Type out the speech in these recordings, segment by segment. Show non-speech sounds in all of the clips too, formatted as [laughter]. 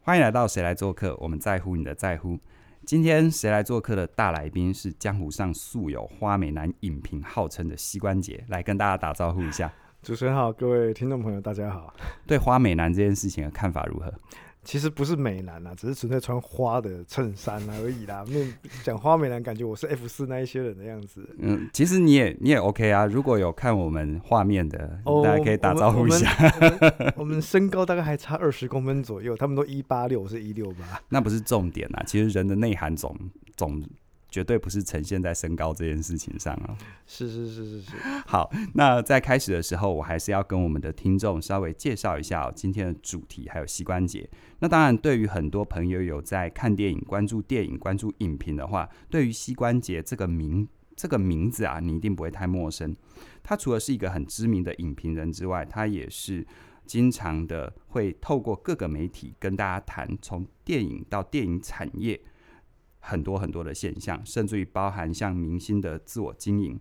欢迎来到《谁来做客》，我们在乎你的在乎。今天《谁来做客》的大来宾是江湖上素有“花美男”影评号称的膝关节，来跟大家打招呼一 [laughs] 下。主持人好，各位听众朋友，大家好。对“花美男”这件事情的看法如何？其实不是美男啦、只是纯粹穿花的衬衫啊而已啦。那讲花美男，感觉我是 F 四那一些人的样子。嗯，其实你也你也 OK 啊。如果有看我们画面的，哦大家可以打招呼一下。我们我们我们身高大概还差二十公分左右，他们都一八六，我是一六八。那不是重点啊，其实人的内涵总总绝对不是呈现在身高这件事情上啊。是是是是是。 [laughs] 好，那在开始的时候，我还是要跟我们的听众稍微介绍一下、哦、今天的主题，还有膝关节。那当然，对于很多朋友有在看电影、关注电影、关注影评的话，对于膝关节这个名这个名字啊，你一定不会太陌生。他除了是一个很知名的影评人之外，他也是经常的会透过各个媒体跟大家谈从电影到电影产业很多很多的现象，甚至于包含像明星的自我经营。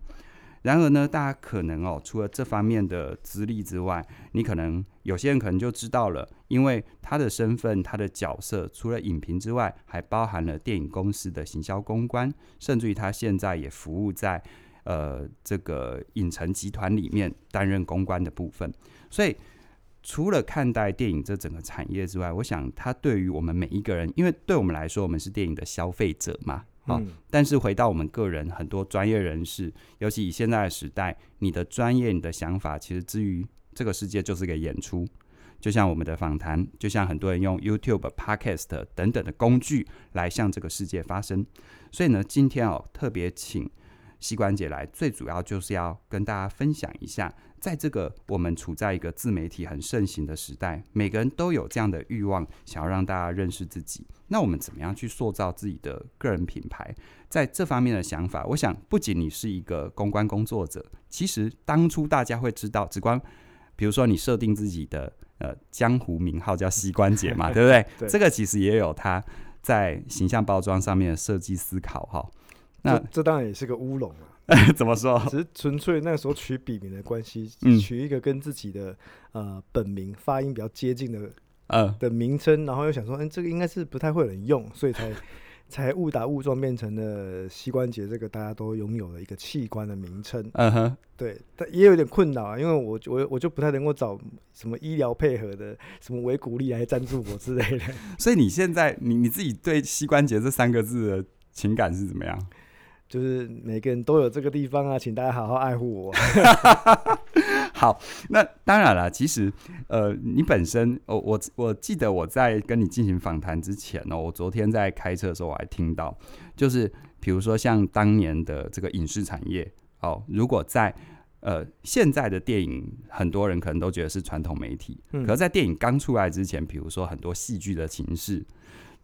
然而呢，大家可能哦，除了这方面的资历之外，你可能有些人可能就知道了，因为他的身份、他的角色，除了影评之外，还包含了电影公司的行销公关，甚至于他现在也服务在呃这个影城集团里面担任公关的部分。所以，除了看待电影这整个产业之外，我想他对于我们每一个人，因为对我们来说，我们是电影的消费者嘛，啊、嗯，但是回到我们个人，很多专业人士，尤其以现在的时代，你的专业、你的想法，其实至于这个世界就是个演出。就像我们的访谈，就像很多人用 YouTube、Podcast 等等的工具来向这个世界发声。所以呢，今天哦，特别请膝关节来，最主要就是要跟大家分享一下，在这个我们处在一个自媒体很盛行的时代，每个人都有这样的欲望，想要让大家认识自己。那我们怎么样去塑造自己的个人品牌？在这方面的想法，我想不仅你是一个公关工作者，其实当初大家会知道，只光比如说你设定自己的呃江湖名号叫膝关节 [laughs] 嘛，对不对？对这个其实也有它在形象包装上面的设计思考哈。那这这当然也是个乌龙啊， [laughs] 怎么说？只是纯粹那时候取笔名的关系嗯，取一个跟自己的呃本名发音比较接近的呃，的名称，然后又想说，嗯，这个应该是不太会有人用，所以才 [laughs] 才误打误撞变成了膝关节这个大家都拥有的一个器官的名称。嗯哼，对，但也有点困扰啊，因为我我我就不太能够找什么医疗配合的，什么维骨力来赞助我之类的。 [laughs] 所以你现在你你自己对膝关节这三个字的情感是怎么样？就是每个人都有这个地方啊，请大家好好爱护我。啊 [laughs] 好，那当然了，其实呃，你本身，哦、我我记得我在跟你进行访谈之前哦呢、我昨天在开车的时候我还听到，就是比如说像当年的这个影视产业，哦，如果在呃现在的电影，很多人可能都觉得是传统媒体，嗯可是在电影刚出来之前，比如说很多戏剧的形式，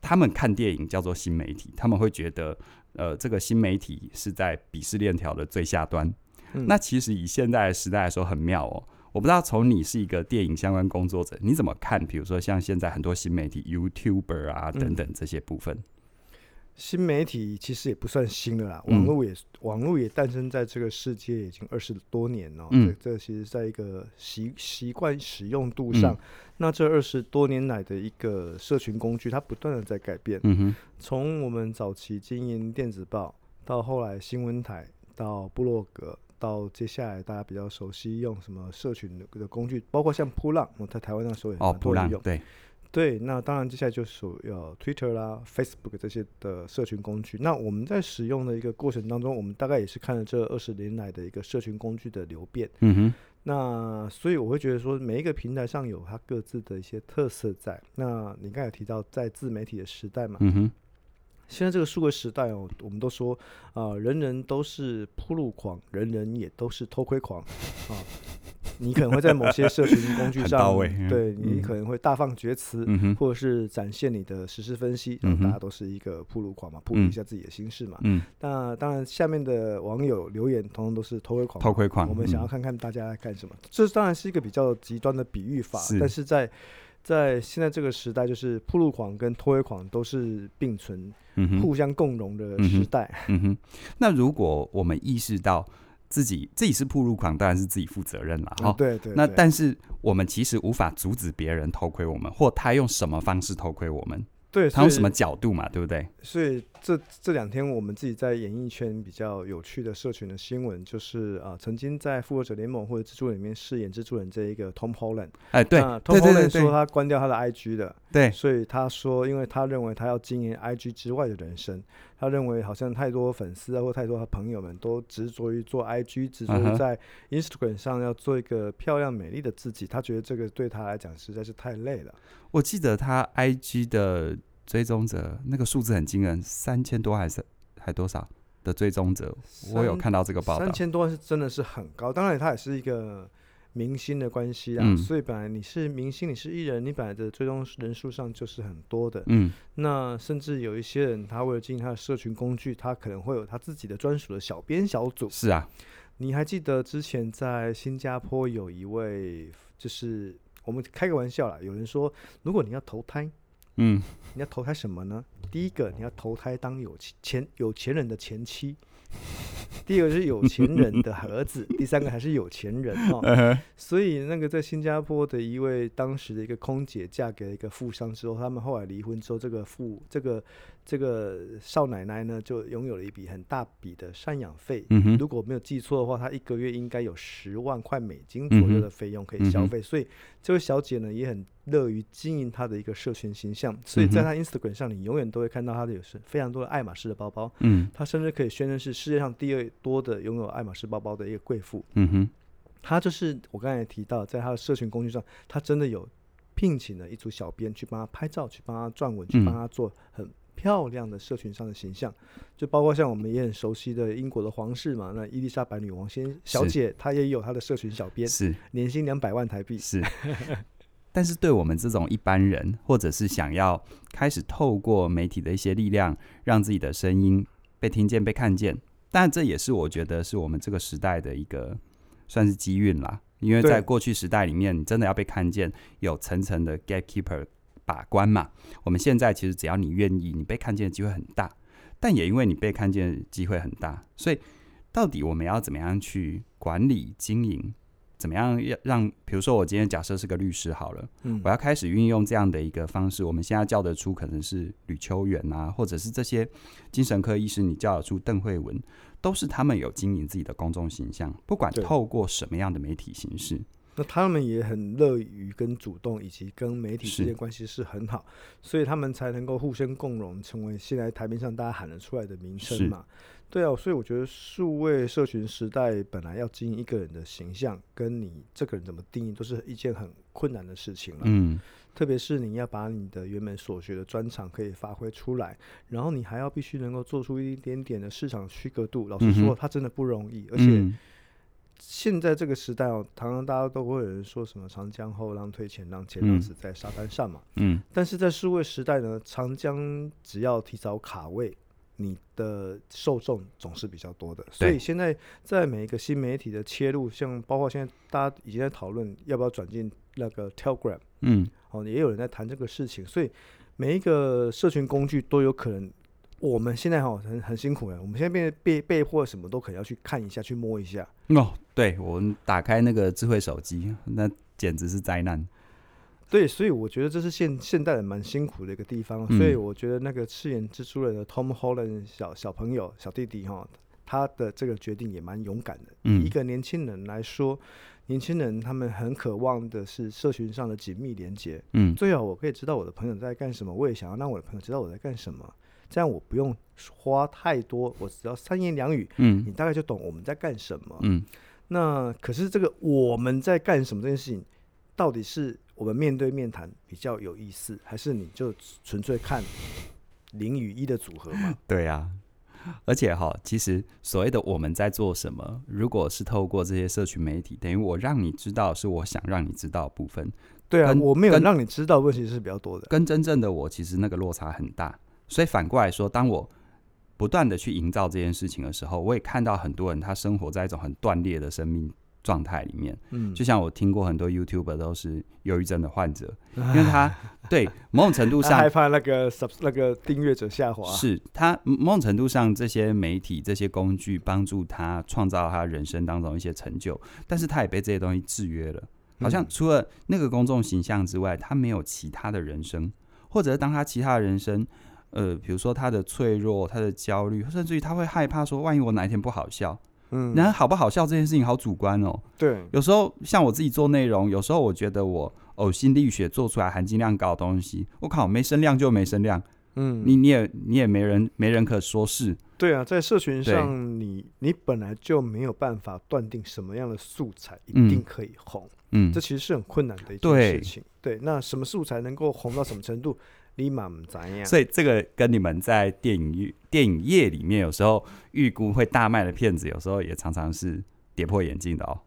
他们看电影叫做新媒体，他们会觉得呃这个新媒体是在鄙视链条的最下端。嗯那其实以现在的时代来说，很妙哦。我不知道从你是一个电影相关工作者，你怎么看？比如说像现在很多新媒体 YouTuber 啊嗯等等这些部分，新媒体其实也不算新的啦，嗯网络也、网络也诞生在这个世界已经二十多年了、嗯这这其实在一个习习惯使用度上，嗯那这二十多年来的一个社群工具，它不断的在改变。嗯哼，从我们早期经营电子报，到后来新闻台，到部落格，到接下来大家比较熟悉用什么社群的工具，包括像扑浪，我在台湾那时候也哦，蛮普多人浪用。对，对，那当然，接下来就是呃 Twitter 啦、Facebook 这些的社群工具。那我们在使用的一个过程当中，我们大概也是看了这二十年来的一个社群工具的流变。嗯哼，那所以我会觉得说，每一个平台上有它各自的一些特色在。那你刚才有提到，在自媒体的时代嘛，嗯哼，现在这个数位时代哦，我们都说啊、人人都是铺路狂，人人也都是偷窥狂啊。你可能会在某些社群工具很上到位，嗯对嗯你可能会大放厥词，嗯哼，或者是展现你的实时分析，嗯让哼大家都是一个铺路狂嘛，铺露一下自己的心事嘛。嗯，那当然，下面的网友留言通通都是偷窥狂嘛，偷窥狂，我们想嗯要看看大家在干什么。这当然是一个比较极端的比喻法，是但是在在现在这个时代，就是铺路狂跟偷窥狂都是并存、嗯哼，互相共荣的嗯哼时代。嗯哼，那如果我们意识到自己自己是铺路狂，当然是自己负责任了哈、嗯 [laughs] 对对，哦那对但是我们其实无法阻止别人偷窥我们，或他用什么方式偷窥我们，对他用所什以么角度嘛，对不对？所以这这两天我们自己在演艺圈比较有趣的社群的新闻，就是啊、呃曾经在《复仇者联盟》或者蜘蛛里面饰演蜘蛛人这一个 Tom Holland，哎，对那 Tom 对对对 Holland 说对他关掉他的 IG 的，对，所以他说，因为他认为他要经营 IG 之外的人生，他认为好像太多粉丝啊或太多他朋友们都执着于做 IG，执着嗯哼于在 Instagram 上要做一个漂亮美丽的自己，他觉得这个对他来讲实在是太累了。我记得他 IG 的追踪者那个数字很惊人，三千多还是还多少的追踪者，我有三看到这个报道三。千多万是真的是很高，当然他也是一个明星的关系啦，嗯所以本来你是明星，你是艺人，你本来的追踪人数上就是很多的。嗯，那甚至有一些人，他为了经营他的社群工具，他可能会有他自己的专属的小编小组。是啊，你还记得之前在新加坡有一位，就是我们开个玩笑啦，有人说，如果你要投胎，嗯，你要投胎什么呢？第一个，你要投胎当有钱钱有钱人的前妻； [laughs] 第二个是有钱人的儿子； [laughs] 第三个还是有钱人哦。所以那个在新加坡的一位当时的一个空姐嫁给了一个富商之后，他们后来离婚之后，这个富这个这个少奶奶呢，就拥有了一笔很大笔的赡养费。嗯哼如果没有记错的话，她一个月应该有十万块美金左右嗯哼的费用可以嗯消哼费，所以这位小姐呢也很乐于经营她的一个社群形象，所以嗯哼在她 Instagram 上，你永远都会看到她的有是非常多的爱马仕的包包，嗯她甚至可以宣称是世界上第二多的拥有爱马仕包包的一个贵妇。嗯哼，她就是我刚才也提到，在她的社群工具上，她真的有聘请了一组小编去帮她拍照，去帮她撰文，去嗯帮她做很。漂亮的社群上的形象，就包括像我们也很熟悉的英国的皇室嘛，那伊丽莎白女王先小是姐，她也有她的社群小编，是年薪两百万台币，是。但是对我们这种一般人，或者是想要开始透过媒体的一些力量，让自己的声音被听见、被看见，但这也是我觉得是我们这个时代的一个算是机运啦。因为对在过去时代里面，你真的要被看见，有层层的 gatekeeper 把关嘛。我们现在其实只要你愿意，你被看见的机会很大，但也因为你被看见的机会很大，所以到底我们要怎么样去管理经营？怎么样要让？比如说，我今天假设是个律师好了，嗯我要开始运用这样的一个方式，我们现在叫得出可能是吕秋远啊，或者是这些精神科医师，你叫得出邓慧文，都是他们有经营自己的公众形象，不管对透过什么样的媒体形式，那他们也很乐于跟主动以及跟媒体是之间关系是很好，所以他们才能够互相共荣，成为现在台面上大家喊得出来的名是称嘛。对啊，所以我觉得数位社群时代本来要经营一个人的形象，跟你这个人怎么定义，都是一件很困难的事情了。嗯，特别是你要把你的原本所学的专长可以发挥出来，然后你还要必须能够做出一点点的市场区隔度。老实嗯哼说，它真的不容易，而且嗯现在这个时代哦，常常大家都会有人说什么“长江后浪推前浪，前嗯浪死在沙滩上”嘛。嗯但是在数位时代呢，长江只要提早卡位，你的受众总是比较多的。所对以现在在每一个新媒体的切入，像包括现在大家已经在讨论要不要转进那个 Telegram，嗯，哦，也有人在谈这个事情。所以每一个社群工具都有可能。我们现在哈、哦、很很辛苦了，我们现在被被被迫什么都可能要去看一下，去摸一下。哦，对我们打开那个智慧手机，那简直是灾难，对，所以我觉得这是现现代人蛮辛苦的一个地方，嗯所以我觉得那个饰演蜘蛛人的 Tom Holland 小小朋友小弟弟哈，他的这个决定也蛮勇敢的。嗯一个年轻人来说，年轻人他们很渴望的是社群上的紧密连接，嗯最好我可以知道我的朋友在干什么，我也想要让我的朋友知道我在干什么，这样我不用花太多，我只要三言两语，嗯你大概就懂我们在干什么。嗯，那可是这个我们在干什么这件事情，到底是我们面对面谈比较有意思，还是你就纯粹看零与一的组合 [laughs] 嘛？对啊。而且哈，其实所谓的我们在做什么，如果是透过这些社群媒体，等于我让你知道是我想让你知道的部分，对啊，跟我没有跟让你知道，问题是比较多的。跟真正的我其实那个落差很大。所以反过来说，当我不断的去营造这件事情的时候，我也看到很多人他生活在一种很断裂的生命状态里面。嗯，就像我听过很多 YouTuber 都是忧郁症的患 [laughs] 者，因为他对某种程度他上啊害怕啊那个 sub 那个订阅者下滑，是他某种程度上，这些媒体、这些工具帮助他创造他人生当中一些成就，但是他也被这些东西制约了。好像嗯除了那个公众形象之外，他没有其他的人生，或者当他其他的人生，呃，比如说他的脆弱、他的焦虑，甚至于他会害怕说，万一我哪一天不好笑，嗯，然后好不好笑这件事情好主观哦。对，有时候像我自己做内容，有时候我觉得我呕心沥血做出来含金量高的东西，我靠，没声量就没声量。嗯，你你也你也没人没人可说是，对啊，在社群对上你，你本来就没有办法断定什么样的素材一嗯定可以红，嗯这，其实是很困难的一件对事情。对，那什么素材能够红到什么程度，你满不咱呀？所以这个跟你们在电影业电影业里面有时候预估会大卖的片子，有时候也常常是跌破眼镜的哦。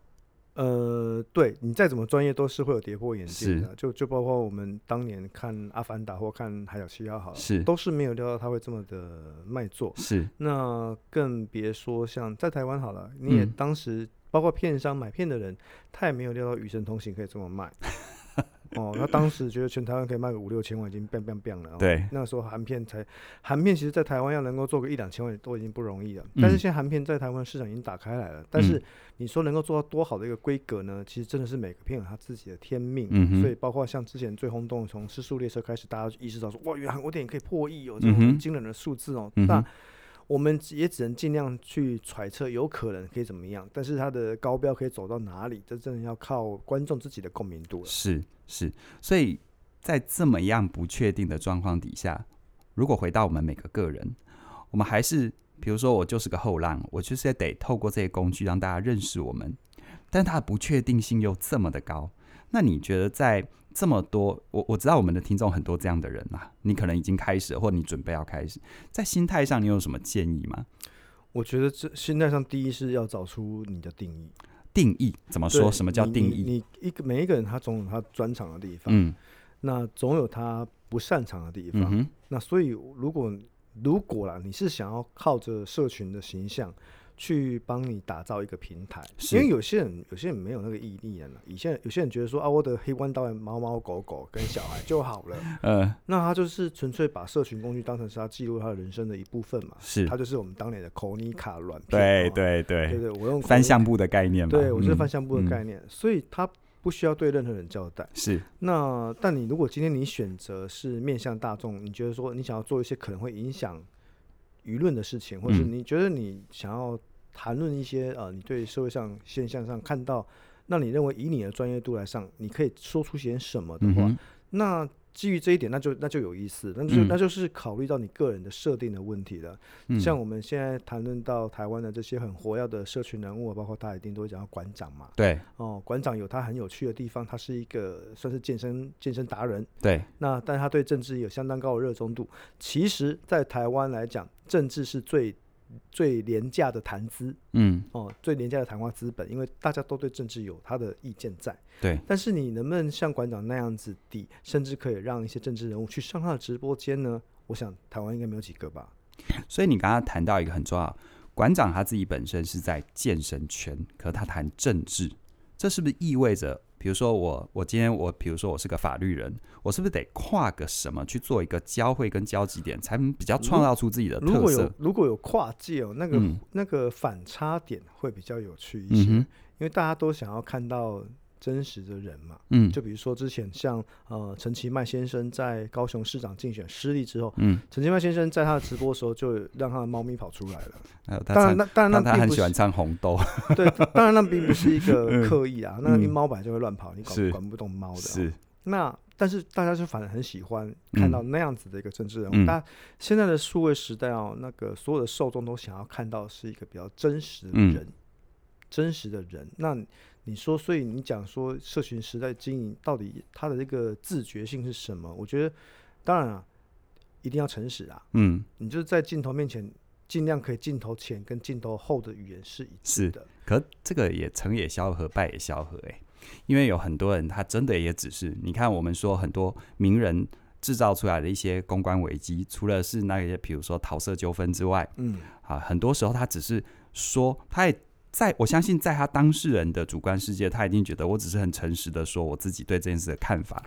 呃，对你再怎么专业，都是会有跌破眼镜是的。就就包括我们当年看《阿凡达》或看《海角七号》好了，是哦都是没有料到它会这么的卖座。是，那更别说像在台湾好了，你也嗯当时包括片商买片的人，他也没有料到《与神同行》可以这么卖。 [laughs] 哦，他当时觉得全台湾可以卖个五六千万，已经 bang bang bang 了、哦。，对，那时候韩片才，韩片其实在台湾要能够做个一两千万都已经不容易了。但是嗯现在韩片在台湾市场已经打开来了，但是你说能够做到多好的一个规格呢？其实真的是每个片有它自己的天命。嗯哼所以包括像之前最轰动的，从《失速列车》开始，大家就意识到说，哇，原来韩国电影可以破亿哦，这嗯哼种惊人的数字哦。嗯那哼我们也只能尽量去揣测，有可能可以怎么样，但是它的高标可以走到哪里，这真的要靠观众自己的共鸣度了。是是，所以在这么样不确定的状况底下，如果回到我们每个个人，我们还是比如说我就是个后浪，我就是得透过这些工具让大家认识我们，但它的不确定性又这么的高，那你觉得在这么多，我我知道我们的听众很多这样的人啦、你可能已经开始了，或你准备要开始，在心态上你有什么建议吗？我觉得这心态上，第一是要找出你的定义。定义怎么对啊说？什么叫你定你义？你一个每一个人他总有他专长的地方，嗯那总有他不擅长的地嗯方。哼那所以如果如果啦，你是想要靠着社群的形象。去帮你打造一个平台，是因为有些人有些人没有那个毅力了啦。以前有些人觉得说啊，我的黑关导演猫猫狗狗跟小孩就好了， [laughs] 呃那他就是纯粹把社群工具当成是他记录他的人生的一部分嘛。是他就是我们当年的 Konica 软片对哦，对对对对，我用翻 Konica- 相簿的概念嘛，对，我是嗯翻相簿嗯的概念，所以他不需要对任何人交代。是那但你如果今天你选择是面向大众，你觉得说你想要做一些可能会影响舆论的事情，或者是嗯你觉得你想要谈论一些呃你对社会上现象上看到，那你认为以你的专业度来上，你可以说出些什么的嗯话，哼那基于这一点，那就那就有意思，那就、嗯那就是考虑到你个人的设定的问题了。嗯像我们现在谈论到台湾的这些很活跃的社群人物啊，包括他一定都会讲到馆长嘛。对哦，馆长有他很有趣的地方，他是一个算是健身健身达人。对那但他对政治有相当高的热衷度。其实，在台湾来讲，政治是最最廉价的谈资嗯哦，最廉价的谈话资本，因为大家都对政治有他的意见在。对但是你能不能像馆长那样子的，甚至可以让一些政治人物去上他的直播间呢？我想台湾应该没有几个吧。嗯所以你刚刚谈到一个很重要，馆长他自己本身是在健身圈，可他谈政治，这是不是意味着，比如说我我今天我比如说我是个法律人，我是不是得跨个什么去做一个交汇跟交集点，才能比较创造出自己的如特果有色？如果有跨界哦，那个、嗯那个反差点会比较有趣一嗯些，哼因为大家都想要看到真实的人嘛。嗯就比如说之前像呃陈其迈先生在高雄市长竞选失利之后，嗯，陈其迈先生在他的直播的时候就让他的猫咪跑出来了。还呃有他当然唱。那当然但那他并很不喜是欢唱红豆，对，当然那并不是一个刻意啊，那 [laughs] 嗯因为猫本来就会乱跑，你管是管不动猫的哦、是那但是大家就反而很喜欢看到那样子的一个政治人物。嗯大家现在的数位时代哦，那个所有的受众都想要看到是一个比较真实的嗯人，真实的人。那你说，所以你讲说社群时代经营到底它的这个自觉性是什么？我觉得，当然啊，一定要诚实啊。嗯你就是在镜头面前，尽量可以镜头前跟镜头后的语言是一致是的。可这个也成也萧何，败也萧何哎、因为有很多人他真的也只是，你看我们说很多名人制造出来的一些公关危机，除了是那些比如说桃色纠纷之外，嗯，啊，很多时候他只是说，他也在我相信，在他当事人的主观世界，他一定觉得我只是很诚实的说我自己对这件事的看法，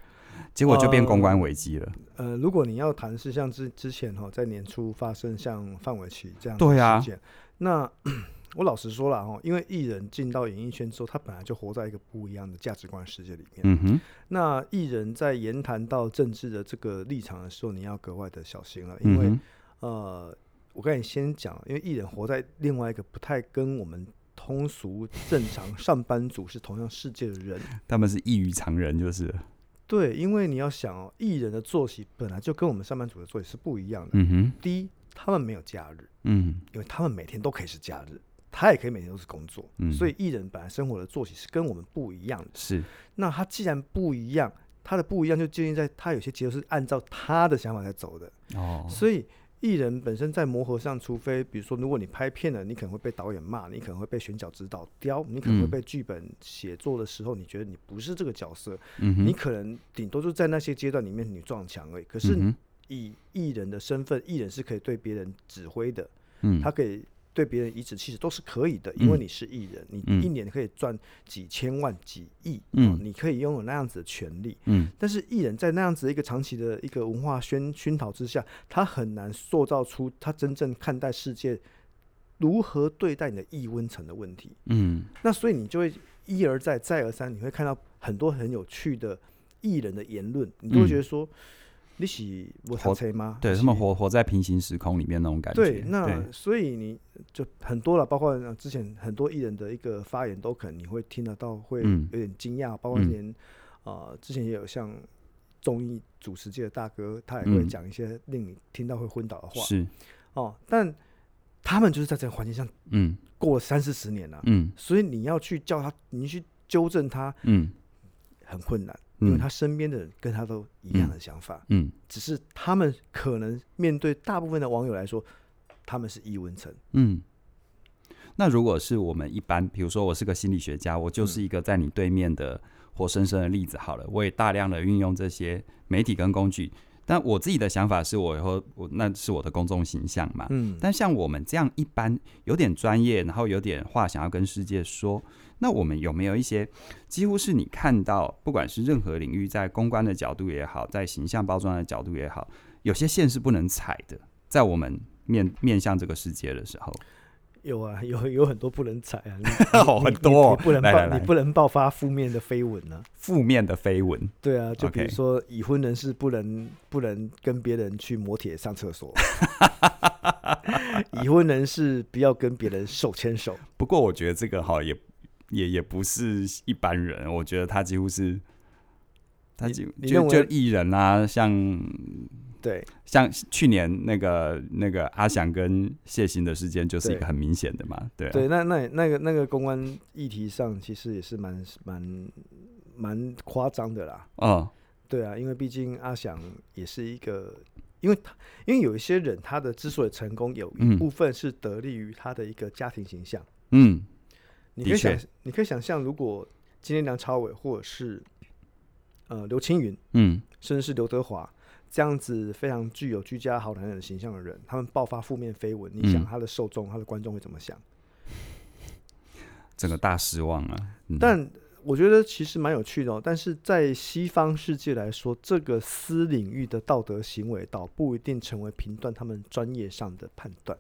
结果就变公关危机了。呃，如果你要谈是像之之前哈、在年初发生像范玮琪这样对的啊事件，那 [clears throat] 我老实说了哈、因为艺人进到演艺圈之后，他本来就活在一个不一样的价值观世界里面。嗯哼，那艺人在言谈到政治的这个立场的时候，你要格外的小心了，因嗯为、哼，呃，我跟你先讲，因为艺人活在另外一个不太跟我们通俗正 [laughs] 常上班族是同样世界的人。他们是异于常人，就是了对，因为你要想哦，艺人的作息本来就跟我们上班族的作息是不一样的。嗯哼，第一，他们没有假日，嗯因为他们每天都可以是假日，他也可以每天都是工作，嗯，所以艺人本来生活的作息是跟我们不一样的。是那他既然不一样，他的不一样就建立在他有些节奏是按照他的想法在走的，哦，所以艺人本身在磨合上，除非比如说，如果你拍片了，你可能会被导演骂，你可能会被选角指导刁，你可能会嗯被剧本写作的时候，你觉得你不是这个角色，嗯哼，你可能顶多就在那些阶段里面你撞墙而已。可是嗯哼以艺人的身份，艺人是可以对别人指挥的，嗯他可以对别人颐指气使都是可以的，因为嗯你是艺人，你嗯一年可以赚几千万、几亿，嗯哦你可以拥有那样子的权利。嗯但是艺人在那样子一个长期的一个文化熏熏陶之下，他很难塑造出他真正看待世界如何对待你的异温层的问题。嗯那所以你就会一而再、再而三，你会看到很多很有趣的艺人的言论，你都会觉得说、你喜我嗯活谈谁吗？对你他是们活活在平行时空里面那种感觉，对，那所以你就很多了，包括呃之前很多艺人的一个发言，都可能你会听得到，会嗯有点惊讶。包括嗯之前，呃，之前也有像综艺主持界的大哥，他也会嗯讲一些令你听到会昏倒的话是哦。但他们就是在这个环境下嗯过了三四十年了，嗯所以你要去叫他，你去纠正他嗯很困难，因为嗯他身边的人跟他都一样嗯的想法，嗯只是他们可能面对大部分的网友来说，他们是易文层。嗯。那如果是我们一般，比如说我是个心理学家，我就是嗯一个在你对面的活生生的例子好了，我也大量的运用这些媒体跟工具。但我自己的想法是我以后我那是我的公众形象嘛，嗯，但像我们这样一般有点专业，然后有点话想要跟世界说，那我们有没有一些几乎是你看到，不管是任何领域，在公关的角度也好，在形象包装的角度也好，有些线是不能踩的，在我们面面向这个世界的时候，有啊，有有很多不能踩 [laughs] 啊，你哦你很你多哦你不能来来爆，来你不能爆发负面的绯闻啊。负面的绯闻，对啊，就比如 OK 说已婚人士不能不能跟别人去摩铁上 [laughs] 厕所，已婚人士不要跟别人手牵手。不过我觉得这个哈也也也不是一般人，我觉得他几乎是。他你就你就认就为艺人啊，像 [laughs] 对，像去年那个那个阿翔跟谢欣的事件，就是一对个很明显的嘛，对啊对，那那那个那个公关议题上，其实也是蛮蛮蛮夸张的啦。嗯对啊，因为毕竟阿翔也是一个，因为他因为有一些人他的之所以成功，有一嗯部分是得力于他的一个家庭形象。嗯你的可以想确，你可以想象，如果今天梁朝伟或者是呃刘青云，嗯甚至是刘德华这样子非常具有居家好男人形象的人，他们爆发负面绯闻，你想嗯他的受众、他的观众会怎么想？整个大失望啊。嗯、但我觉得其实蛮有趣的、哦，但是在西方世界来说，这个私领域的道德行为倒不一定成为评断他们专业上的判断，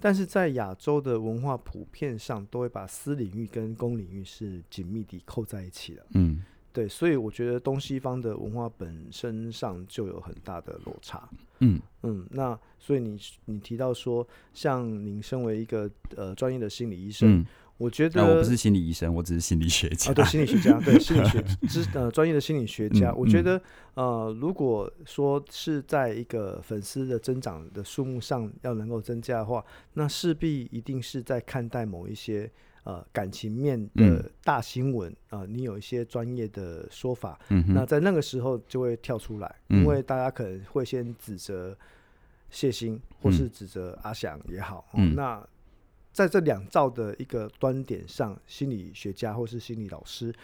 但是在亚洲的文化普遍上，都会把私领域跟公领域是紧密地扣在一起的。嗯对，所以我觉得东西方的文化本身上就有很大的落差。嗯嗯，那所以你你提到说，像您身为一个呃专业的心理医生，嗯，我觉那我得不是心理医生，我只是心理学家。啊，对，心理学家，对心 [laughs] 理学知呃专业的心理学家，嗯我觉嗯得呃，如果说是在一个粉丝的增长的数目上要能够增加的话，那势必一定是在看待某一些呃感情面嗯的大新闻啊、呃你有一些专业的说法，嗯那哼，在那个时候就会跳出来，嗯因为大家可能会先指责谢欣，或是指责阿翔也好。哦嗯那在这两造的一个端点上，心理学家或是心理老师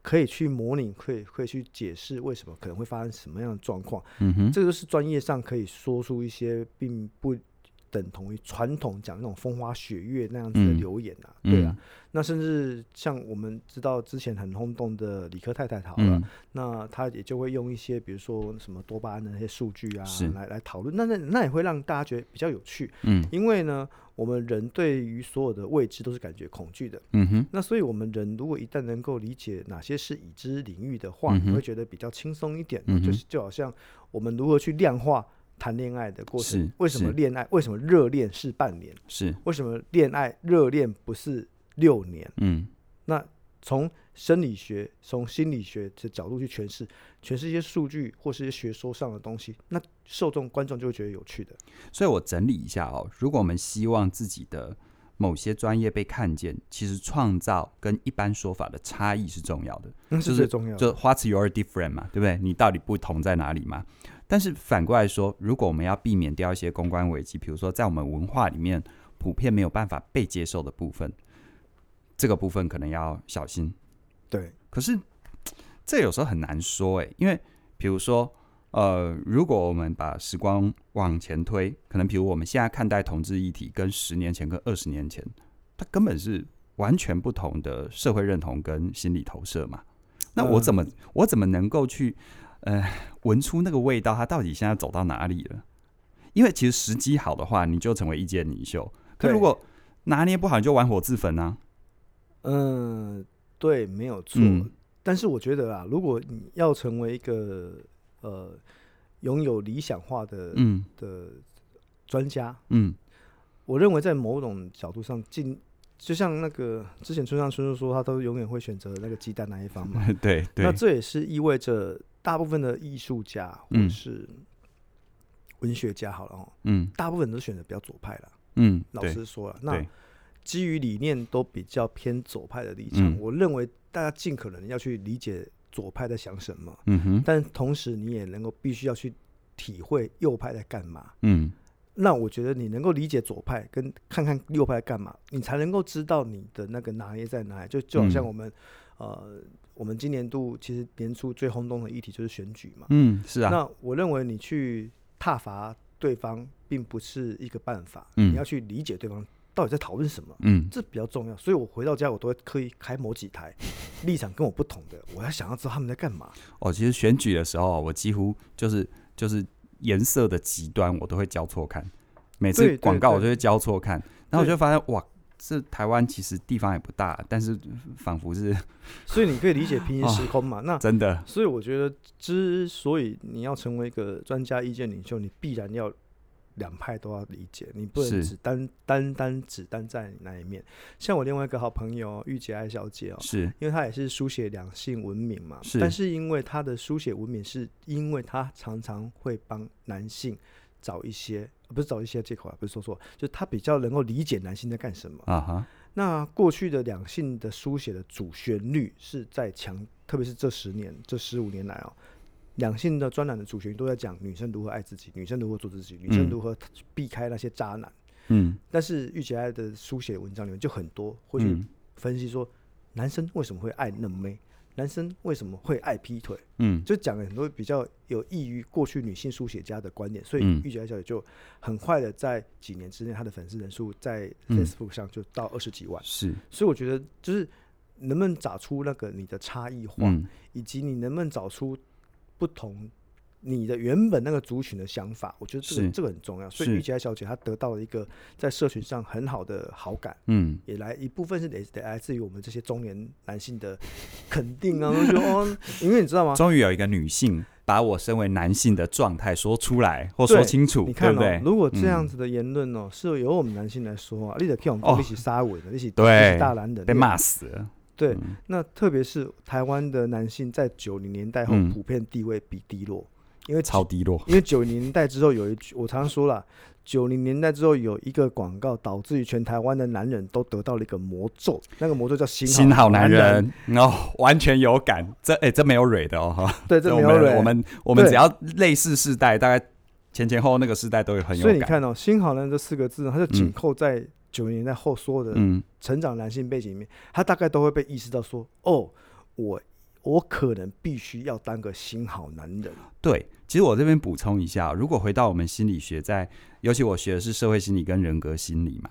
可以去模拟，可以可以去解释为什么嗯可能会发生什么样的状况。嗯哼，这个是专业上可以说出一些并不等同于传统讲那种风花雪月那样子的嗯留言啊，嗯对啊。那甚至像我们知道之前很轰动的理科太太好了，嗯那他也就会用一些比如说什么多巴胺的那些数据啊是来来讨论，那那那也会让大家觉得比较有趣，嗯因为呢，我们人对于所有的未知都是感觉恐惧的。嗯哼，那所以，我们人如果一旦能够理解哪些是已知领域的话，嗯哼你会觉得比较轻松一点。嗯哼就是就好像我们如何去量化谈恋爱的过程是，为什么是恋爱，为什么热恋是半年，是，为什么恋爱热恋不是六年？嗯那从生理学、从心理学的角度去诠释，诠释一些数据或是一些学说上的东西，那受众观众就会觉得有趣的。所以我整理一下哦，如果我们希望自己的某些专业被看见，其实创造跟一般说法的差异是重要的，那就是最重要的。就 What's your different 嘛，对不对？你到底不同在哪里嘛？但是反过来说，如果我们要避免掉一些公关危机，比如说在我们文化里面普遍没有办法被接受的部分，这个部分可能要小心。对，可是这有时候很难说诶、欸因为比如说，呃，如果我们把时光往前推，可能比如我们现在看待同志议题，跟十年前、跟二十年前，它根本是完全不同的社会认同跟心理投射嘛。那嗯我怎么、我怎么能够去呃闻出那个味道？它到底现在走到哪里了？因为其实时机好的话，你就成为意见领袖；可对如果拿捏不好，你就玩火自焚啊。嗯，对，没有错。嗯但是我觉得啊，如果你要成为一个呃拥有理想化的、嗯的专家，嗯 [laughs] 我认为在某种角度上，进就像那个之前村上春树说，他都永远会选择那个鸡蛋那一方嘛。对那对，这也是意味着大部分的艺术家或嗯是文学家好了哦，嗯大部分都选择比较左派了。嗯，老对实说了，那对基于理念都比较偏左派的立场，嗯我认为大家尽可能要去理解左派在想什么，嗯哼，但同时你也能够必须要去体会右派在干嘛。嗯那我觉得你能够理解左派，跟看看右派在干嘛，你才能够知道你的那个拿捏在哪里。就就好像嗯我们，呃，我们今年度其实年初最轰动的议题就是选举嘛。嗯，是啊，那我认为你去挞伐对方，并不是一个办法，嗯你要去理解对方到底在讨论什么。嗯这比较重要，所以我回到家，我都会刻意开某几台立场跟我不同的，我要想要知道他们在干嘛。哦，其实选举的时候，啊我几乎就是就是颜色的极端，我都会交错看，每次对对广告我对就会交错看，然后我对就发现哇。这台湾其实地方也不大，但是仿佛 [laughs] 是所以你可以理解平行时空嘛？那真的，所以我觉得，之所以你要成为一个专家意见领袖，你必然要两派都要理解，你不能是只单单单只单在你那一面。像我另外一个好朋友御姐爱小姐哦，是因为她也是书写两性文明嘛，是但是因为她的书写文明，是因为她常常会帮男性找一些，呃不是找一些借口啊，不是说错，就她比较能够理解男性在干什么。啊哈，那过去的两性的书写的主旋律是在强，特别是这十年、这十五年来哦，两性的专栏的主旋律都在讲女生如何爱自己，女生如何做自己，女嗯生如何避开那些渣男。嗯但是玉姐爱的书写文章里面就很多会去嗯分析说，男生为什么会爱嫩妹，男生为什么会爱劈腿，嗯就讲了很多比较有益于过去女性书写家的观点，所以嗯玉姐爱小姐就很快的在几年之内，她的粉丝人数在嗯 Facebook 上就到二十几万。是，所以我觉得就是能不能找出那个你的差异化，嗯以及你能不能找出不同你的原本那个族群的想法，我觉得这是个这个很重要。所以是玉洁小姐她得到了一个在社群上很好的好感。嗯也来一部分是得得来自于我们这些中年男性的肯定啊， [laughs] 就哦，因为你知道吗？终于有一个女性把我身为男性的状态说出来或说对清楚，对你看不哦，对？嗯如果这样子的言论哦，是由我们男性来说啊，你得骗我哦们一起杀我的，一起对大男人被你得骂死了，对嗯，那特别是台湾的男性在九零年代后嗯普遍地位比低落，因为超低落，因为九零年代之后有一句，我常说了，九零年代之后有一个广告，导致于全台湾的男人都得到了一个魔咒，那个魔咒叫新心好男人。人，哦，完全有感，这哎、这没有蕊的哦，哈。对，这我没们有人。我们我们对只要类似世代，大概前前后后那个世代都有很有所以感。你看哦，新好男人这四个字呢，它就紧扣在九零年代后所有的嗯成长男性背景里面，他大概都会被意识到说，哦，我我可能必须要当个新好男人。对，其实我这边补充一下，如果回到我们心理学在，尤其我学的是社会心理跟人格心理嘛，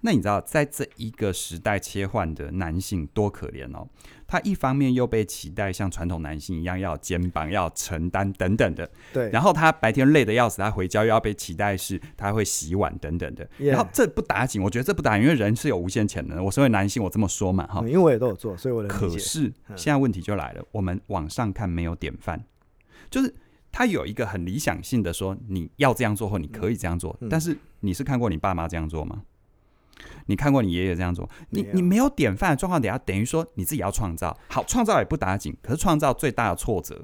那你知道，在这一个时代切换的男性多可怜哦，他一方面又被期待像传统男性一样要有肩膀、要承担等等的，对，然后他白天累得要死，他回家又要被期待是他会洗碗等等的。 Yeah 然后这不打紧，我觉得这不打紧，因为人是有无限潜能的。我身为男性，我这么说嘛哈嗯。因为我也都有做，所以我能可理解。是嗯现在问题就来了，我们往上看没有典范，就是他有一个很理想性的说你要这样做或你可以这样做，嗯但是你是看过你爸妈这样做吗？你看过你爷爷这样做，你没有你没有典范的状况底下，等于说你自己要创造。好，创造也不打紧，可是创造最大的挫折，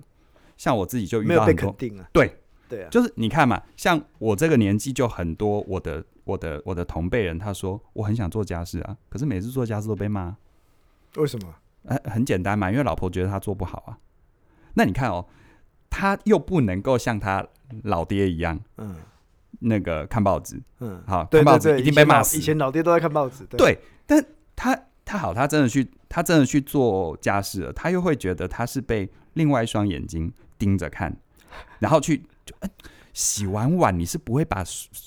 像我自己就遇没到有被很多肯，定啊。对对啊，就是你看嘛，像我这个年纪就很多我的我的我的同辈人，他说我很想做家事啊，可是每次做家事都被骂，为什么？呃，很简单嘛，因为老婆觉得他做不好啊。那你看哦，他又不能够像他老爹一样嗯那个看报纸，嗯，好对看报对纸对，一定以被前骂老死以前老爹都在看报纸，对对，但他他好，他真的去他真的去做家事了，他又会觉得他是被另外一双眼睛盯着看，然后去就、呃洗完碗，你是不会把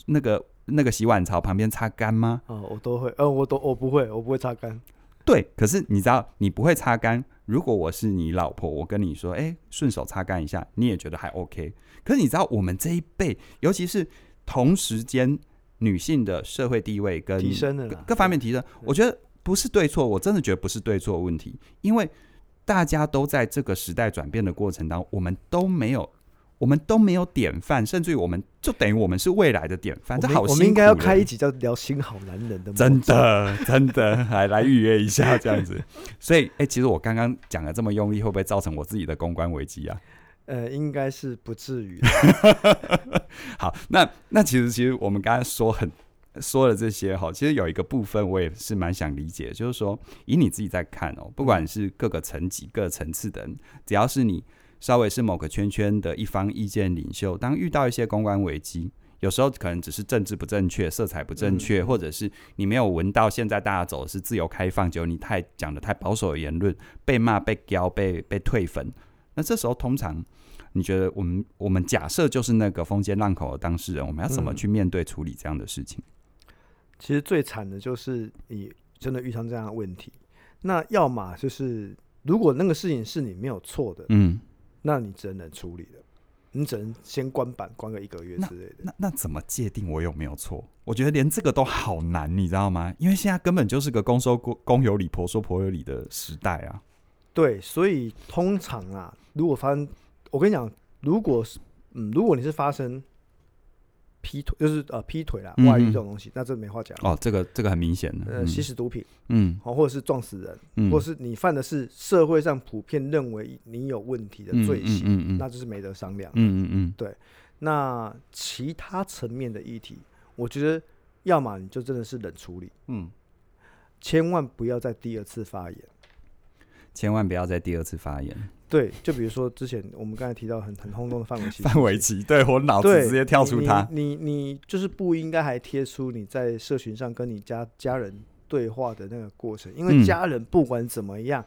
那个那个洗碗槽旁边擦干吗？哦，我都会，呃，我都我不会，我不会擦干，对，可是你知道你不会擦干。如果我是你老婆，我跟你说，哎，顺手擦干一下，你也觉得还 OK。可是你知道我们这一辈，尤其是同时间女性的社会地位跟提升了各啦各方面提升，我觉得不是对错，我真的觉得不是对错问题，因为大家都在这个时代转变的过程当中，我们都没有。我们都没有典范，甚至于我们就等于我们是未来的典范，我这们好我辛们苦应该要了开一集叫聊新好男人的，真，的，真的，来来预约一下这样子。所以，哎、其实我刚刚讲的这么用力，会不会造成我自己的公关危机啊？呃，应该是不至于的，好，那那其实其实我们刚才说很说了这些哈，其实有一个部分我也是蛮想理解，就是说以你自己在看哦，不管是各个层级、各个层次的人，只要是你稍微是某个圈圈的一方意见领袖，当遇到一些公关危机。有时候可能只是政治不正确、色彩不正确，或者是你没有闻到现在大家走的是自由开放，结果你太讲的太保守的言论，被骂、被刁、被被退粉。那这时候通常你觉得我们我们假设就是那个风尖浪口的当事人，我们要怎么嗯去面对处理这样的事情？其实最惨的就是你真的遇上这样的问题，那要么就是如果那个事情是你没有错的，嗯，那你只能处理了，你只能先关板关个一个月之类的。那那怎么界定我有没有错？我觉得连这个都好难，你知道吗？因为现在根本就是个公说公公有理，婆说婆有理的时代啊。对，所以通常啊，如果发生，我跟你讲，如果是嗯，如果你是发生劈腿，就是呃劈腿啦、外遇嗯哼这种东西，那这没话讲。哦，这个这个很明显的，呃，吸食毒品，嗯哦，或者是撞死人，嗯，或者是你犯的是社会上普遍认为你有问题的罪行，嗯嗯嗯嗯那就是没得商量。嗯嗯嗯那其他层面的议题，我觉得要么你就真的是冷处理，嗯，千万不要再第二次发言。千万不要再第二次发言，对，就比如说之前我们刚才提到很很轰动的范玮琪，范玮琪，对我脑子对直接跳出他，你你你就是不应该还贴出你在社群上跟你家家人对话的那个过程，因为嗯家人不管怎么样，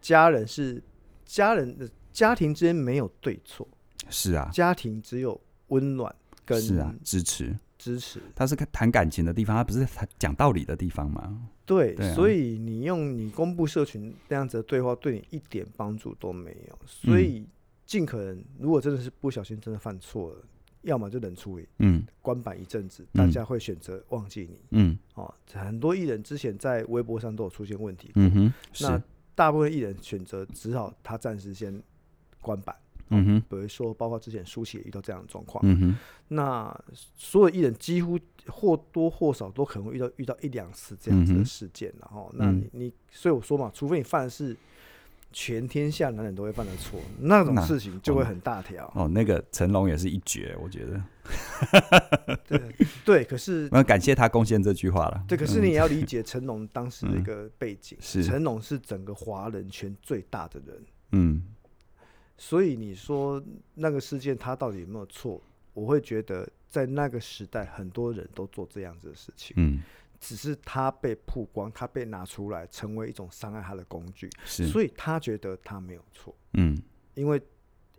家人是家人的家庭之间没有对错，是啊，家庭只有温暖跟是啊，支持，支持。他是谈感情的地方，他不是谈讲道理的地方嘛？对，对啊所以你用你公布社群那样子的对话，对你一点帮助都没有。嗯所以尽可能，如果真的是不小心真的犯错了，要么就冷处理，嗯关板一阵子，嗯大家会选择忘记你。嗯哦，很多艺人之前在微博上都有出现问题，嗯哼，那是，大部分艺人选择只好他暂时先关板。嗯哼，比如说，包括之前舒淇也遇到这样的状况。嗯哼。那所有艺人几乎或多或少都可能会遇到遇到一两次这样嗯子哼嗯的事件，然后那你你所以我说嘛，除非你犯的是全天下男人都会犯的错，那种那事情就会很大条。哦，那个成龙也是一绝，我觉得。对对，可是 [laughs] 那感谢他贡献这句话了。对，可是你也要理解成龙当时的一个背景，嗯是成龙是整个华人圈最大的人，嗯，所以你说那个事件他到底有没有错？我会觉得在那个时代，很多人都做这样子的事情。嗯嗯，只是他被曝光，他被拿出来，成为一种伤害他的工具，嗯是，所以他觉得他没有错，嗯因为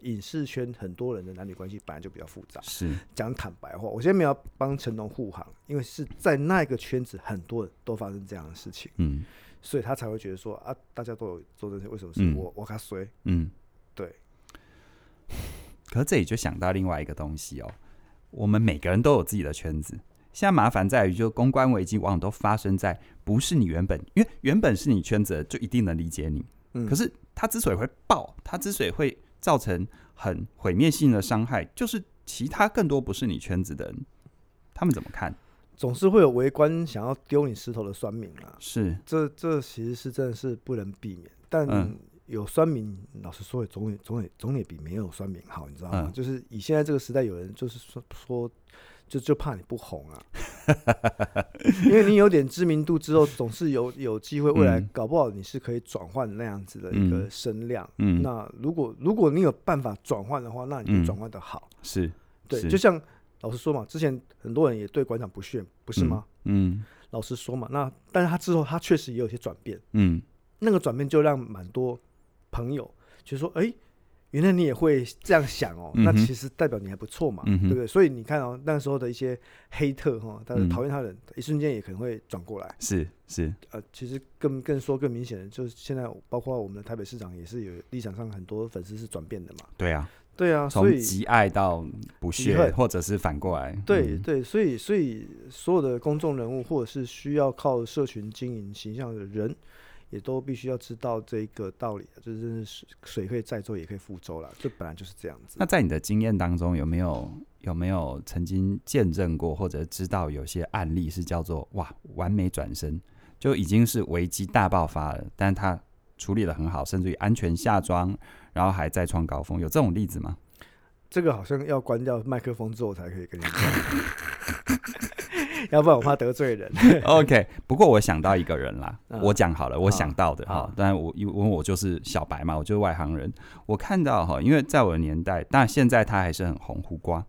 影视圈很多人的男女关系本来就比较复杂。是讲坦白话，我现在没有要帮成龙护航，因为是在那个圈子，很多人都发生这样的事情，嗯所以他才会觉得说啊，大家都有做这些，为什么是嗯我、我他衰？嗯，对。可是这里就想到另外一个东西哦，我们每个人都有自己的圈子。现在麻烦在于，就公关危机往往都发生在不是你原本，因为原本是你圈子的，就一定能理解你。嗯可是它之所以会爆，它之所以会造成很毁灭性的伤害，就是其他更多不是你圈子的人，他们怎么看？总是会有围观想要丢你石头的酸民啊，是这这其实是真的是不能避免，但嗯有酸民，老实说也总也总也总也比没有酸民好，你知道吗？嗯就是以现在这个时代，有人就是说说就就怕你不 [laughs] 红啊，因为你有点知名度之后，总是有有机会，未来嗯搞不好你是可以转换那样子的一个嗯声量。嗯那如果如果你有办法转换的话，那你嗯就转换的好。是，对，是就像老实说嘛，之前很多人也对馆长不屑，不是吗？嗯老实说嘛，那但是他之后他确实也有一些转变。嗯那个转变就让蛮多朋友就说：“哎、原来你也会这样想哦，嗯哼那其实代表你还不错嘛，嗯哼对不对？”所以你看哦，那时候的一些黑特哈，但是嗯讨厌他的人，一瞬间也可能会转过来。是是，呃，其实更更说更明显的，就是现在包括我们的台北市长也是有立场上很多粉丝是转变的嘛。对啊，对啊，所从以极爱到不极屑，恨或者是反过来，对嗯对，所以所以所有的公众人物或者是需要靠社群经营形象的人，也都必须要知道这个道理，啊就是真的是水可以载舟也可以覆舟啦，这本来就是这样子那。在你的经验当中，有没有有没有曾经见证过或者知道有些案例是叫做哇完美转身，就已经是危机大爆发了，但他处理的很好，甚至于安全下庄，然后还再创高峰，有这种例子吗？这个好像要关掉麦克风之后才可以跟你讲， [laughs] 要不然我怕得罪人。 [laughs] OK，不过我想到一个人啦，嗯我讲好了，我想到的好哈，当然我因为我就是小白嘛，我就是外行人，我看到哈，因为在我的年代，但现在他还是很红胡瓜，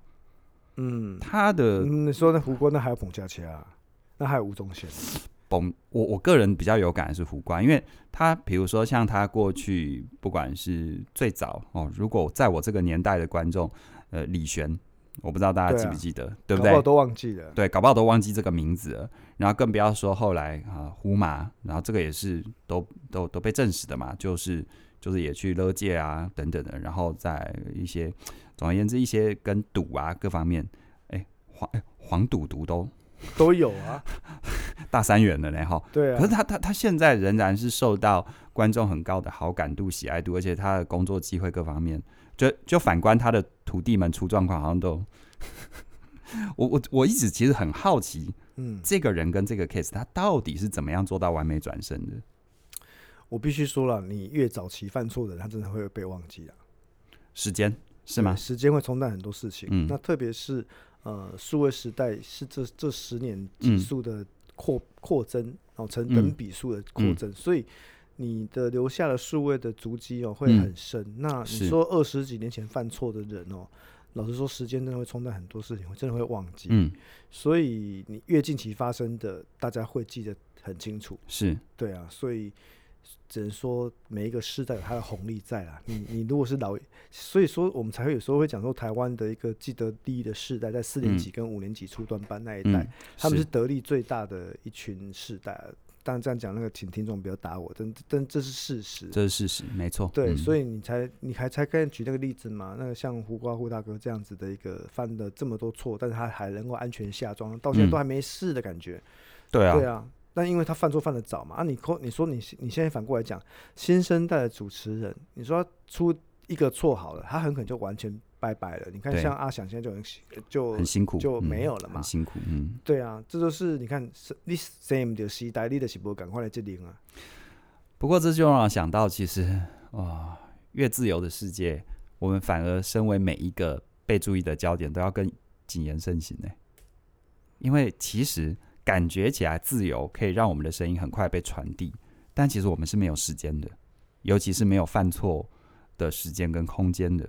嗯，他的嗯你说那胡瓜，那还有彭佳琪啊，那还有吴宗宪，崩，我我个人比较有感的是胡瓜，因为他比如说像他过去不管是最早哦，如果在我这个年代的观众，呃，李璇，我不知道大家对啊记不记得，对,、不搞不好对？都忘记了。对，搞不好都忘记这个名字了。然后更不要说后来啊、胡马，然后这个也是都都都被证实的嘛，就是就是也去勒戒啊等等的，然后在一些总而言之一些跟赌啊各方面，哎黄哎黄赌毒都都有啊，大三元了呢哈。对啊可是。他他他现在仍然是受到观众很高的好感度、喜爱度，而且他的工作机会各方面，就就反观他的徒弟们出状况，好像都， [laughs] 我我我一直其实很好奇，嗯，这个人跟这个 case 他到底是怎么样做到完美转身的？我必须说了，你越早期犯错的人，他真的会被忘记啊。时间是吗对？时间会冲淡很多事情。嗯那特别是呃，数位时代是这这十年嗯急速的扩扩增，然后成等嗯比数的扩增，所以你的留下的数位的足迹哦会嗯很深。那是你说二十几年前犯错的人哦，老实说，时间真的会冲淡很多事情，会真的会忘记。嗯，所以你越近期发生的，大家会记得很清楚。是对啊，所以只能说每一个世代有它的红利在啦。你你如果是老，所以说我们才会有时候会讲说，台湾的一个既得利益的世代，在四年级跟五年级初段班那一代，嗯，他们是得利最大的一群世代啊。当然这样讲，那个请听众不要打我，但但这是事实。这是事实，没错。嗯对，所以以你才你还才刚才举那个例子嘛？那个像胡瓜胡大哥这样子的一个犯了这么多错，但是他还能够安全下庄，到现在嗯都还没事的感觉。对啊，对啊，但因为他犯错犯的早嘛，啊你，扣你说你你现在反过来讲，新生代的主持人，你说他出一个错好了，他很可能就完全拜拜了。你看对像阿翔现在就很喜就很辛苦，就嗯没有了嘛很辛苦，嗯。对啊，这就是你看是你 same 的时代，你的是不赶快来这里啊，不过这就让我想到，其实啊、哇越自由的世界，我们反而身为每一个被注意的焦点，都要更谨言慎行呢。因为其实感觉起来自由可以让我们的声音很快被传递，但其实我们是没有时间的，尤其是没有犯错的时间跟空间的。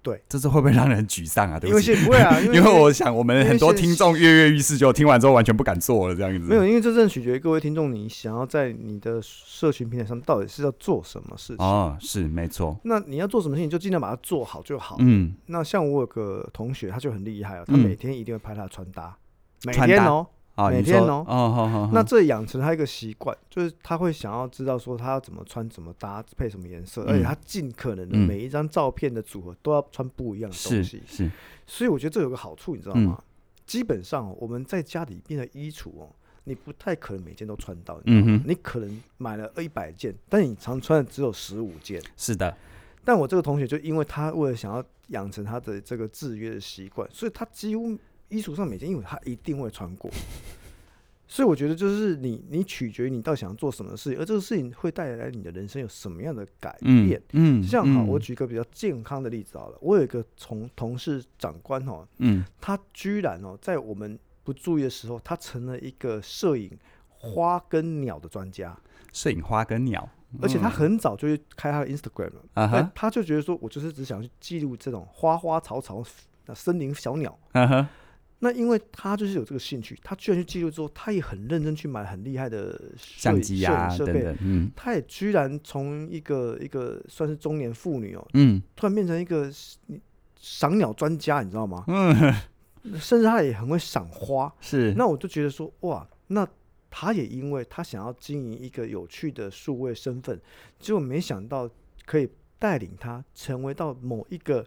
对，这是会不会让人沮丧啊？对因不为起，现不 [laughs] 会啊，因为为现我想我们很多因为现听众跃跃欲试，就听完之后完全不敢做了这样子。没有，因为这正取决于各位听众，你想要在你的社群平台上到底是要做什么事情。哦，是没错，那你要做什么事情，就尽量把它做好就好。嗯，那像我有个同学，他就很厉害哦，他嗯每天一定会拍他的穿搭，每穿天搭哦。啊，每你天说哦哦，好好，那好这养成他一个习惯，就是他会想要知道说他要怎么穿、怎么搭、配什么颜色，而且嗯他尽可能的嗯每一张照片的组合都要穿不一样的东是西。是，所以我觉得这有个好处，你知道嗯吗？基本上哦我们在家里面的衣橱哦，你不太可能每件都穿到，嗯哼，你可能买了一百件，但你常穿的只有十五件。是的，但我这个同学就因为他为了想要养成他的这个制约的习惯，所以他几乎衣橱上每件衣服他一定会穿过。所以我觉得就是你，你取决于你到底想要做什么事情，而这个事情会带来你的人生有什么样的改嗯变。嗯，这样哈，嗯我举一个比较健康的例子好了。我有一个从同事长官哦，嗯他居然哦，在我们不注意的时候，他成了一个摄影花跟鸟的专家，摄影花跟鸟，而且他嗯很早就去开他的 Instagram 了。啊但哈他就觉得说，我就是只想去记录这种花花草草、那森林小鸟。啊哈，那因为他就是有这个兴趣，他居然去记录之后，他也很认真去买很厉害的摄相影机摄呀影设等备。等，嗯他也居然从一个一个算是中年妇女哦，嗯突然变成一个赏鸟专家，你知道吗？嗯， [laughs] 甚至他也很会赏花。是，那我就觉得说，哇，那他也因为他想要经营一个有趣的数位身份，结果没想到可以带领他成为到某一个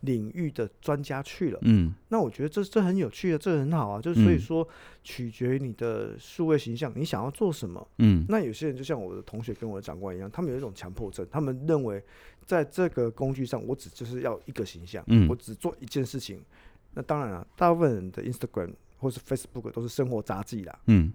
领域的专家去了。嗯那我觉得这这很有趣啊，这很好啊。就是所以嗯说，取决于你的数位形象，你想要做什么。嗯那有些人就像我的同学跟我的长官一样，他们有一种强迫症，他们认为在这个工具上，我只就是要一个形象，嗯我只做一件事情。那当然了、啊大部分人的 Instagram 或是 Facebook 都是生活杂技啦，嗯，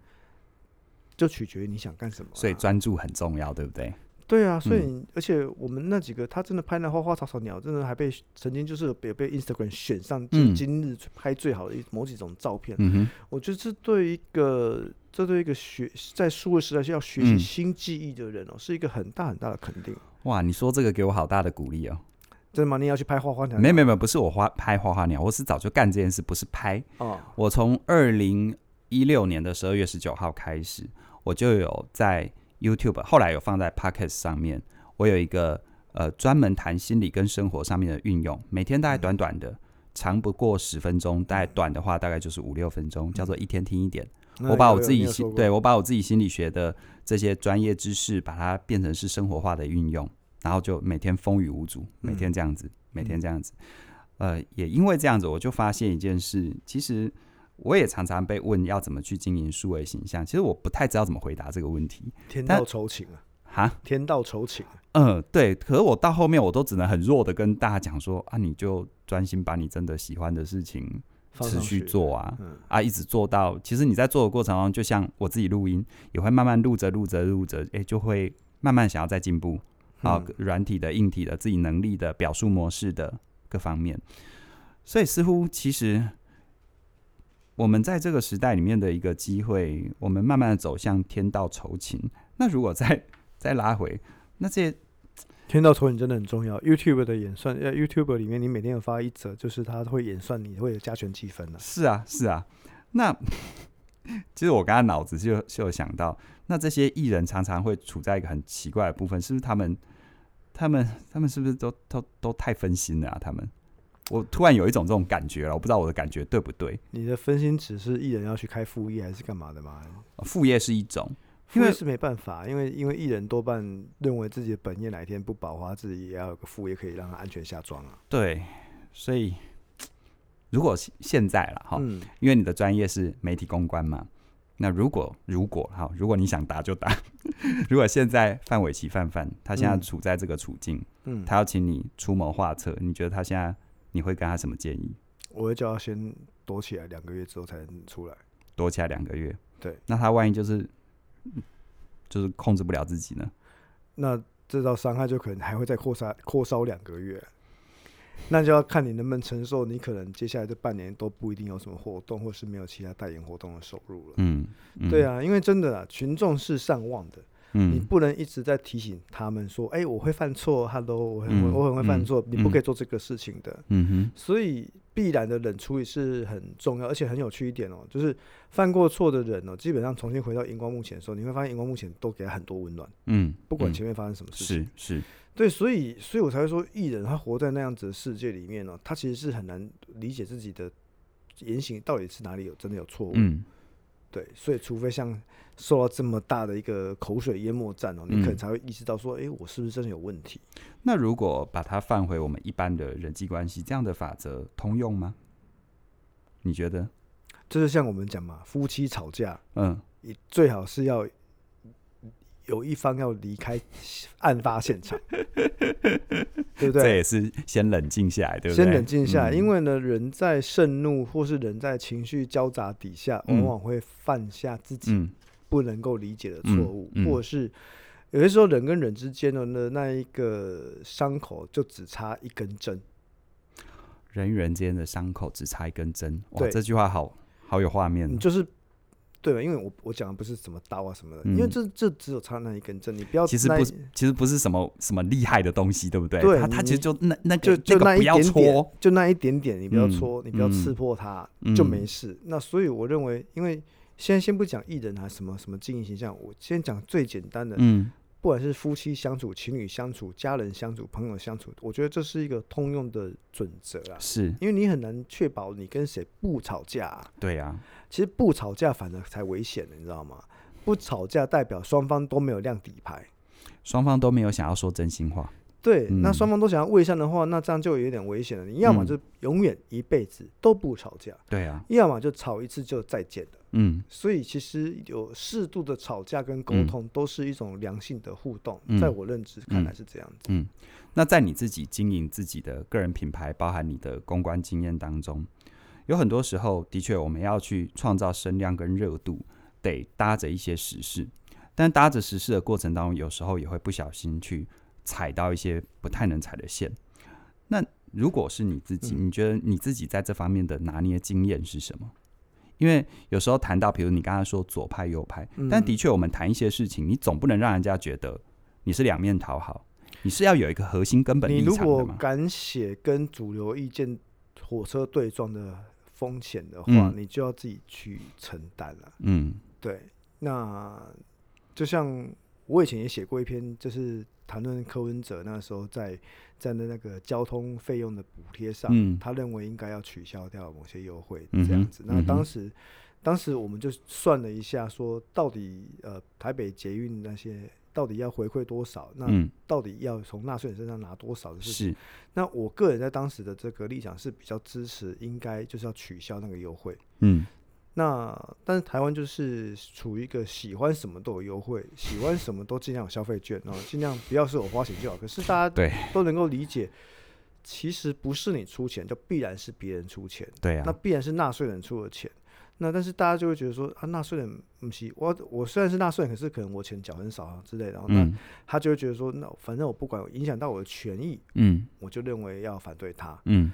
就取决于你想干什么啦、所以嗯专注很重要，对不对？对啊，所以、而且我们那几个他真的拍那花花草草鸟，真的还被曾经就是有被 Instagram 选上就是嗯今日拍最好的一某几种照片。嗯哼，我觉得这对一个这对一个学在数位时代是要学习嗯新技艺的人哦，是一个很大很大的肯定。哇，你说这个给我好大的鼓励哦。真的吗？你也要去拍花花鸟鸟？没没没，不是我花拍花花鸟，我是早就干这件事，不是拍。哦，我从二零一六年的十二月十九号开始，我就有在 YouTube，后来有放在 Pocket 上面，我有一个呃专门谈心理跟生活上面的运用，每天大概短短的，长不过十分钟，大概短的话大概就是五六分钟，叫做一天听一点。那我把有我有自己你有心说过对我把我自己心理学的这些专业知识，把它变成是生活化的运用，然后就每天风雨无阻，嗯每天这样子，每天这样子。呃，也因为这样子，我就发现一件事，其实我也常常被问要怎么去经营数位形象，其实我不太知道怎么回答这个问题。天但道酬勤啊，哈，天道酬勤啊。嗯，对，可是我到后面我都只能很弱的跟大家讲说啊，你就专心把你真的喜欢的事情放持上续去，做啊，嗯，啊，一直做到，其实你在做的过程中，就像我自己录音，也会慢慢录着录着录着，哎、就会慢慢想要再进步啊嗯，软、体的、硬体的、自己能力的、表述模式的各方面。所以似乎其实我们在这个时代里面的一个机会，我们慢慢的走向天道酬勤。那如果再再拉回，那这些天道酬勤真的很重要。YouTube 的演算，呃，YouTube 里面你每天有发一则，就是它会演算你会有加权积分的、是啊，是啊。那 [laughs] 其实我刚刚脑子就就有想到，那这些艺人常常会处在一个很奇怪的部分，是不是他们、他们、他们是不是都都都太分心了啊？他们，我突然有一种这种感觉了，我不知道我的感觉对不对。你的分心只是艺人要去开副业还是干嘛的嘛？呃副业是一种，副因为业是没办法，因为因为艺人多半认为自己的本业哪一天不保的话，自己也要有个副业可以让他安全下庄啊。对，所以如果现现在了哈，嗯，因为你的专业是媒体公关嘛。那如果如果好，如果你想打就打。 [laughs] 如果现在范玮琪范范他现在嗯处在这个处境，嗯，他要请你出谋划策，你觉得他现在你会给他什么建议？我会叫他先躲起来，两个月之后才能出来。躲起来两个月，对，那他万一就是就是控制不了自己呢？那这道伤害就可能还会再扩散扩烧两个月，那就要看你能不能承受。你可能接下来这半年都不一定有什么活动，或是没有其他代言活动的收入了。嗯，嗯对，啊，因为真的啊，群众是善忘的，你嗯不能一直在提醒他们说，哎、我会犯错，hello，我很、嗯我很会犯嗯错，你不嗯可以做这个事情的。嗯所以必然的冷处理是很重要，而且很有趣一点哦，就是犯过错的人哦，基本上重新回到荧光幕前的时候，你会发现荧光幕前都给他很多温暖，哼，嗯，不管嗯前面发生什么事情。是是，对，所以所以我才会说，艺人他活在那样子的世界里面呢、他其实是很难理解自己的言行到底是哪里有真的有错误。嗯对，所以除非像受到这么大的一个口水淹没战哦，你嗯可能才会意识到说，哎、我是不是真的有问题？那如果把它放回我们一般的人际关系，这样的法则通用吗？你觉得？就是像我们讲嘛，夫妻吵架，嗯，你最好是要有一方要离开案发现场， [laughs] 对不这对？也是先冷静下来，对不对？先冷静下来，嗯因为呢，人在盛怒或是人在情绪交杂底下，嗯往往会犯下自己嗯不能够理解的错误，嗯嗯或者是有些时候人跟人之间的呢那一个伤口就只差一根针，人与人之间的伤口只差一根针，哇，对这句话好好有画面你哦。就是对吧？因为我我讲的不是什么刀啊什么的，嗯因为这这只有差那一根针，你不要其实那不一是其实不是什么什么厉害的东西，对不对？对它它其你实就那那就个就那那个一不要点点戳，就那一点点，你不要嗯戳，你不要嗯刺破它、就没嗯事。那所以我认为，因为先先不讲艺人啊什么什么经营形象，我先讲最简单的，嗯不管是夫妻相处、情侣相处、家人相处、朋友相处，我觉得这是一个通用的准则啊。是因为你很难确保你跟谁不吵架啊、对啊，其实不吵架反而才危险的，你知道吗？不吵架代表双方都没有亮底牌。双方都没有想要说真心话，对，那嗯双方都想要位上的话，那这样就有点危险了。你要么嗯就永远一辈子都不吵架，对啊，要么就吵一次就再见了。嗯所以其实有适度的吵架跟沟嗯通都是一种良性的互动，嗯在我认知看来嗯是这样子。嗯。那在你自己经营自己的个人品牌，包含你的公关经验当中，有很多时候的确我们要去创造声量跟热度，得搭着一些时事，但搭着时事的过程当中，有时候也会不小心去踩到一些不太能踩的线。那如果是你自己，嗯你觉得你自己在这方面的拿捏经验是什么？因为有时候谈到，比如你刚才说左派右派，但嗯的确我们谈一些事情，你总不能让人家觉得你是两面讨好，你是要有一个核心根本你立如场的果嘛。敢写跟主流意见火车对撞的风险的话，嗯你就要自己去承担了。嗯对，那就像我以前也写过一篇，就是谈论柯文哲那时候在在那那个交通费用的补贴上，嗯他认为应该要取消掉某些优惠嗯这哼样子。那嗯哼当时。当时我们就算了一下，说到底，呃，台北捷运那些到底要回馈多少？那嗯，到底要从纳税人身上拿多少的事情。是那我个人在当时的这个立场是比较支持，应该就是要取消那个优惠。嗯那但是台湾就是处于一个喜欢什么都有优惠，喜欢什么都尽量有消费券，然后尽量不要是我花钱就好。可是大家对都能够理解，其实不是你出钱，就必然是别人出钱，对啊那，必然是纳税人出的钱。那但是大家就会觉得说啊，纳税人不是我，我虽然是纳税人，可是可能我钱缴很少啊之类的。然后那嗯他就会觉得说，那反正我不管影响到我的权益，嗯我就认为要反对他。嗯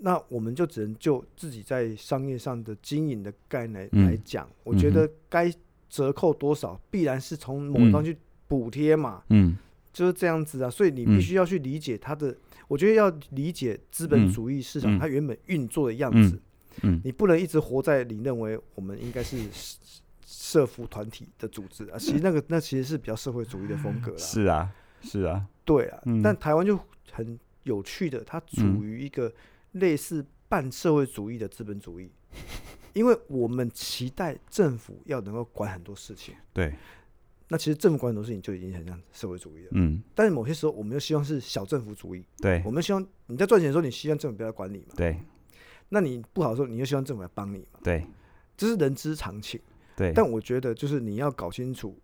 那我们就只能就自己在商业上的经营的概念嗯来讲，我觉嗯哼得该折扣多少，必然是从某个方去补贴嘛，嗯就是这样子啊。所以你嗯必须要去理解它的，我觉得要理解资本嗯主义市场嗯它原本运作的样嗯子，嗯你不能一直活在你认为我们应该是社。社服团体的组织啊，其实那个那其实是比较社会主义的风格啦。是啊是啊，对啊，嗯但台湾就很有趣的，它处嗯于一个类似半社会主义的资本主义，因为我们期待政府要能够管很多事情，对，那其实政府管很多事情就已经很像社会主义了。嗯但是某些时候，我们又希望是小政府主义，对我们希望你在赚钱的时候，你希望政府不要管你嘛，对那你不好的时候，你又希望政府来帮你嘛，对这是人之常情。对，但我觉得就是你要搞清楚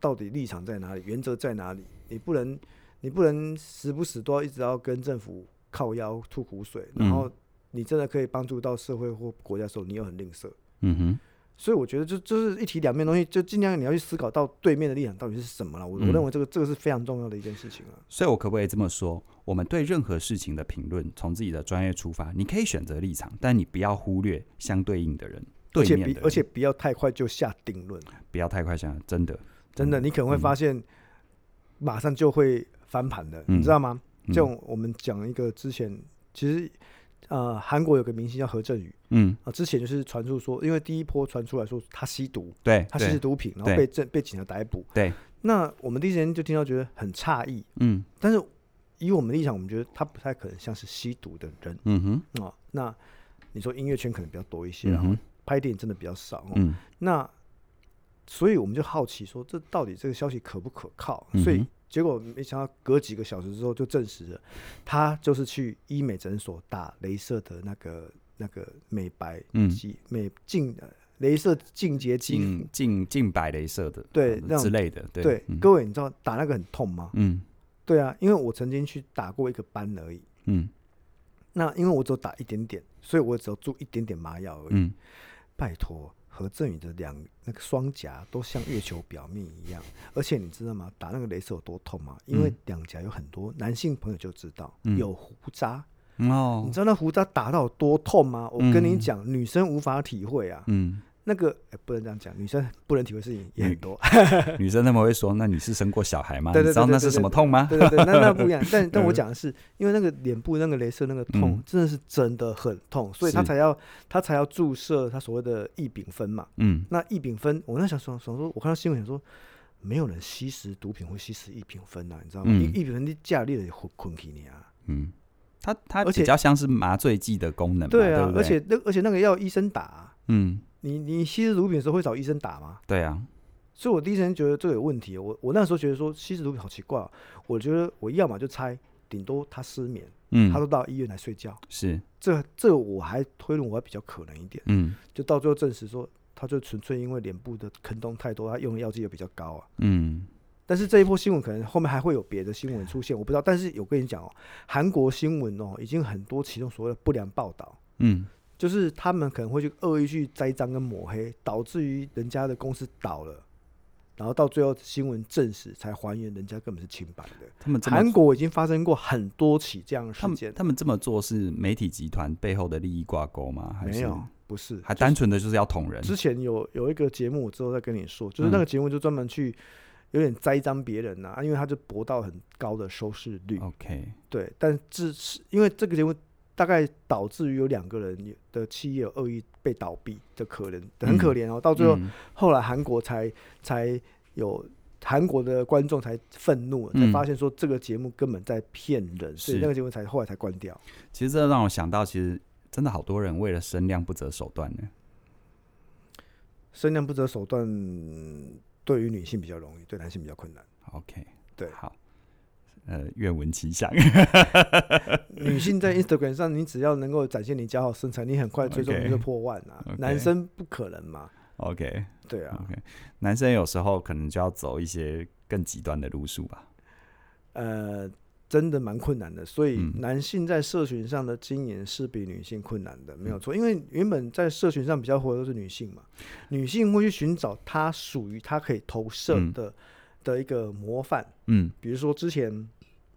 到底立场在哪里，原则在哪里，你不能你不能时不时都要一直要跟政府靠腰吐苦水，嗯然后你真的可以帮助到社会或国家的时候，你又很吝啬。嗯哼所以我觉得就就是一体两面的东西，就尽量你要去思考到对面的立场到底是什么了。我我嗯认为这个这个是非常重要的一件事情啊了。所以，我可不可以这么说？我们对任何事情的评论，从自己的专业出发，你可以选择立场，但你不要忽略相对应的人，对而且面的比人而且不要太快就下定论，不要太快想，真的，嗯真的，你可能会发现马上就会翻盘的，你知道吗？嗯像我们讲一个之前，其实呃，韩国有个明星叫何振宇嗯，啊，之前就是传出说，因为第一波传出来说他吸毒，对，他吸对食毒品，然后对被政被警察逮捕。对，那我们第一时间就听到觉得很诧异，嗯但是以我们的立场，我们觉得他不太可能像是吸毒的人嗯哼，哦。那你说音乐圈可能比较多一些，嗯然后哼拍电影真的比较少、哦。嗯那所以我们就好奇说，这到底这个消息可不可靠？嗯哼所以结果没想到隔几个小时之后就证实了，他就是去医美诊所打镭射的那个那个美白嗯，肌、美净呃镭射净洁肌肤。近近近白镭射的，嗯对嗯那种之类的，对对，嗯各位，你知道打那个很痛吗？嗯对啊，因为我曾经去打过一个班而已。嗯那因为我只有打一点点，所以我只有注一点点麻药而已。嗯，拜托，何振宇的两那个双颊都像月球表面一样，而且你知道吗？打那个镭射有多痛吗？因为嗯两颊有很多男性朋友就知道、嗯有胡渣，嗯哦你，知道那胡渣打到有多痛吗？我跟你嗯讲，女生无法体会啊。嗯，那个、哎不能这样讲，女生不能体会事情也很多。嗯女生他们会说，那你是生过小孩吗？对你对知道对那对是对什么对痛吗？ [laughs] 对对对，那那不一样。但但我嗯讲的是，因为那个脸部那个镭射那个痛嗯，真的是真的很痛，所以他是才要他才要注射他所谓的异丙酚嘛。嗯那异丙酚，我那想想想说，我看到新闻想说，没有人吸食毒品会吸食异丙酚啊，你知道吗？嗯异异丙酚你架立了混混起你啊，嗯，它它而且比较像是麻醉剂的功能嘛，对对啊不，对而且那而且那个要医生打啊，嗯，你你吸食毒品的时候会找医生打吗？对啊，所以我第一时间觉得这个有问题哦，我我那时候觉得说吸食毒品好奇怪、哦，我觉得我要么就猜，顶多他失眠，嗯他，都到医院来睡觉。是，这这我还推论我还比较可能一点，嗯就到最后证实说，他就纯粹因为脸部的坑洞太多，他用的药剂也比较高啊。嗯但是这一波新闻可能后面还会有别的新闻出现，我不知道。但是有跟你讲哦，韩国新闻哦，已经很多其中所谓的不良报道，嗯就是他们可能会去恶意去栽赃跟抹黑，导致于人家的公司倒了，然后到最后新闻证实才还原人家根本是清白的。他们这么韩国已经发生过很多起这样的他事们件，他们这么做是媒体集团背后的利益挂钩吗？还没是有，不是，还就是单纯的就是要捅人？之前有有一个节目，我之后再跟你说，就是嗯那个节目就专门去有点栽赃别人呐、啊，因为他就博到很高的收视率。 OK，对，但致是因为这个节目大概导致于有两个人的企业有恶意被倒闭的可能，很可怜哦。到最后，嗯后来韩国才才有。韩国的观众才愤怒了，嗯才发现说这个节目根本在骗人，所以是那个节目才后来才关掉。其实这让我想到，其实真的好多人为了声量不择手段呢。声量不择手段，对于女性比较容易，对男性比较困难。 OK，对好，呃，愿闻其详。女性在嗯 Instagram 上，你只要能够展现你姣好身材，你很快最终 OK 就破万啊。 OK 男生不可能嘛？ OK，对啊， OK，男生有时候可能就要走一些更极端的路数吧。呃，真的蛮困难的。所以嗯男性在社群上的经营是比女性困难的，嗯没有错。因为原本在社群上比较活的都是女性嘛，女性会去寻找她属于她可以投射嗯的、的一个模范，嗯比如说之前。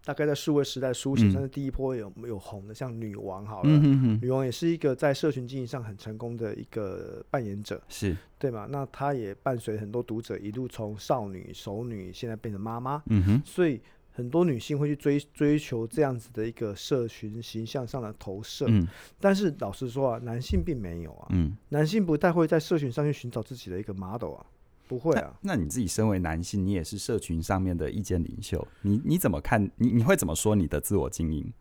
大概在数位时代，书写嗯算是第一波有有红的，像女王好了，嗯哼哼，女王也是一个在社群经营上很成功的一个扮演者。是，对嘛？那她也伴随很多读者一路从少女、熟女，现在变成妈妈，嗯哼，所以很多女性会去追追求这样子的一个社群形象上的投射。嗯但是老实说啊，男性并没有啊，嗯，男性不太会在社群上去寻找自己的一个 model 啊，不会啊。那你自己身为男性，你也是社群上面的意见领袖，你你怎么看？你你会怎么说你的自我经营？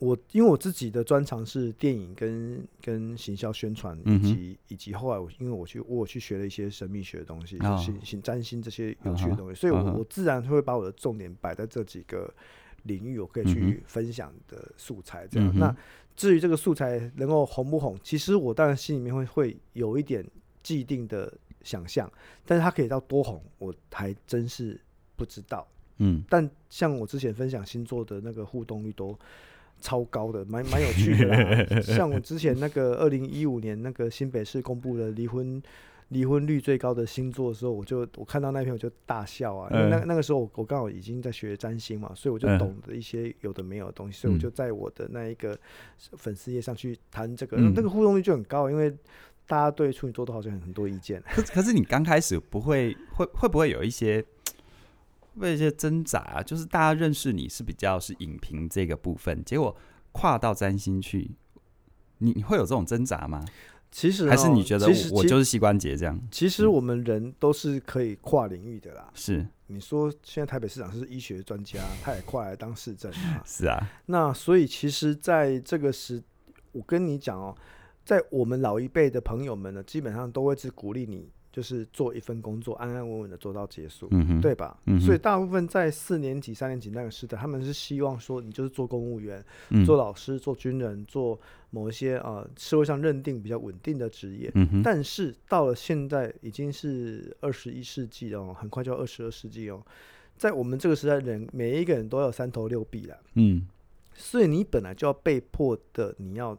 我因为我自己的专长是电影跟跟行销宣传，以嗯哼及、以及后来我因为我去我有去学了一些神秘学的东西，哦行行占星这些有趣嗯的哼东西，所以我、嗯哼我自然会把我的重点摆在这几个领域，我可以嗯去哼分享的素材这样。嗯哼那至于这个素材能够红不红，其实我当然心里面会会有一点既定的想象，但是它可以到多红，我还真是不知道。嗯，但像我之前分享星座的那个互动率都超高的，蛮蛮有趣的 [laughs] 啦。像我之前那个二零一五年那个新北市公布了离婚离婚率最高的星座的时候，我就我看到那篇我就大笑啊，因为那嗯那个时候我我刚好已经在学占星嘛，所以我就嗯懂得一些有的没有的东西，所以我嗯就在我的那一个粉丝页上去谈这个，嗯那个互动率就很高，因为大家对处女座都好像有很多意见。 [laughs] 可是可是你刚开始不会会会不会有一些会不会有一些挣扎啊？就是大家认识你是比较是影评这个部分，结果跨到占星去，你你会有这种挣扎吗？其实还是哦你觉得其实我我其就是膝关节这样？其实我们人都是可以跨领域的啦。是你说现在台北市长是医学专家，他也跨来当市政 [laughs] 啊。是啊，那所以其实在这个时，我跟你讲哦，在我们老一辈的朋友们呢，基本上都会是鼓励你，就是做一份工作，安安稳稳的做到结束，嗯哼，对吧？嗯哼所以大部分在四年级、三年级那个时代，他们是希望说你就是做公务员、嗯，做老师、做军人、做某一些呃社会上认定比较稳定的职业。嗯哼，但是到了现在已经是二十一世纪了哦，很快就要二十二世纪哦，在我们这个时代人，每一个人都要三头六臂了，嗯所以你本来就要被迫的，你要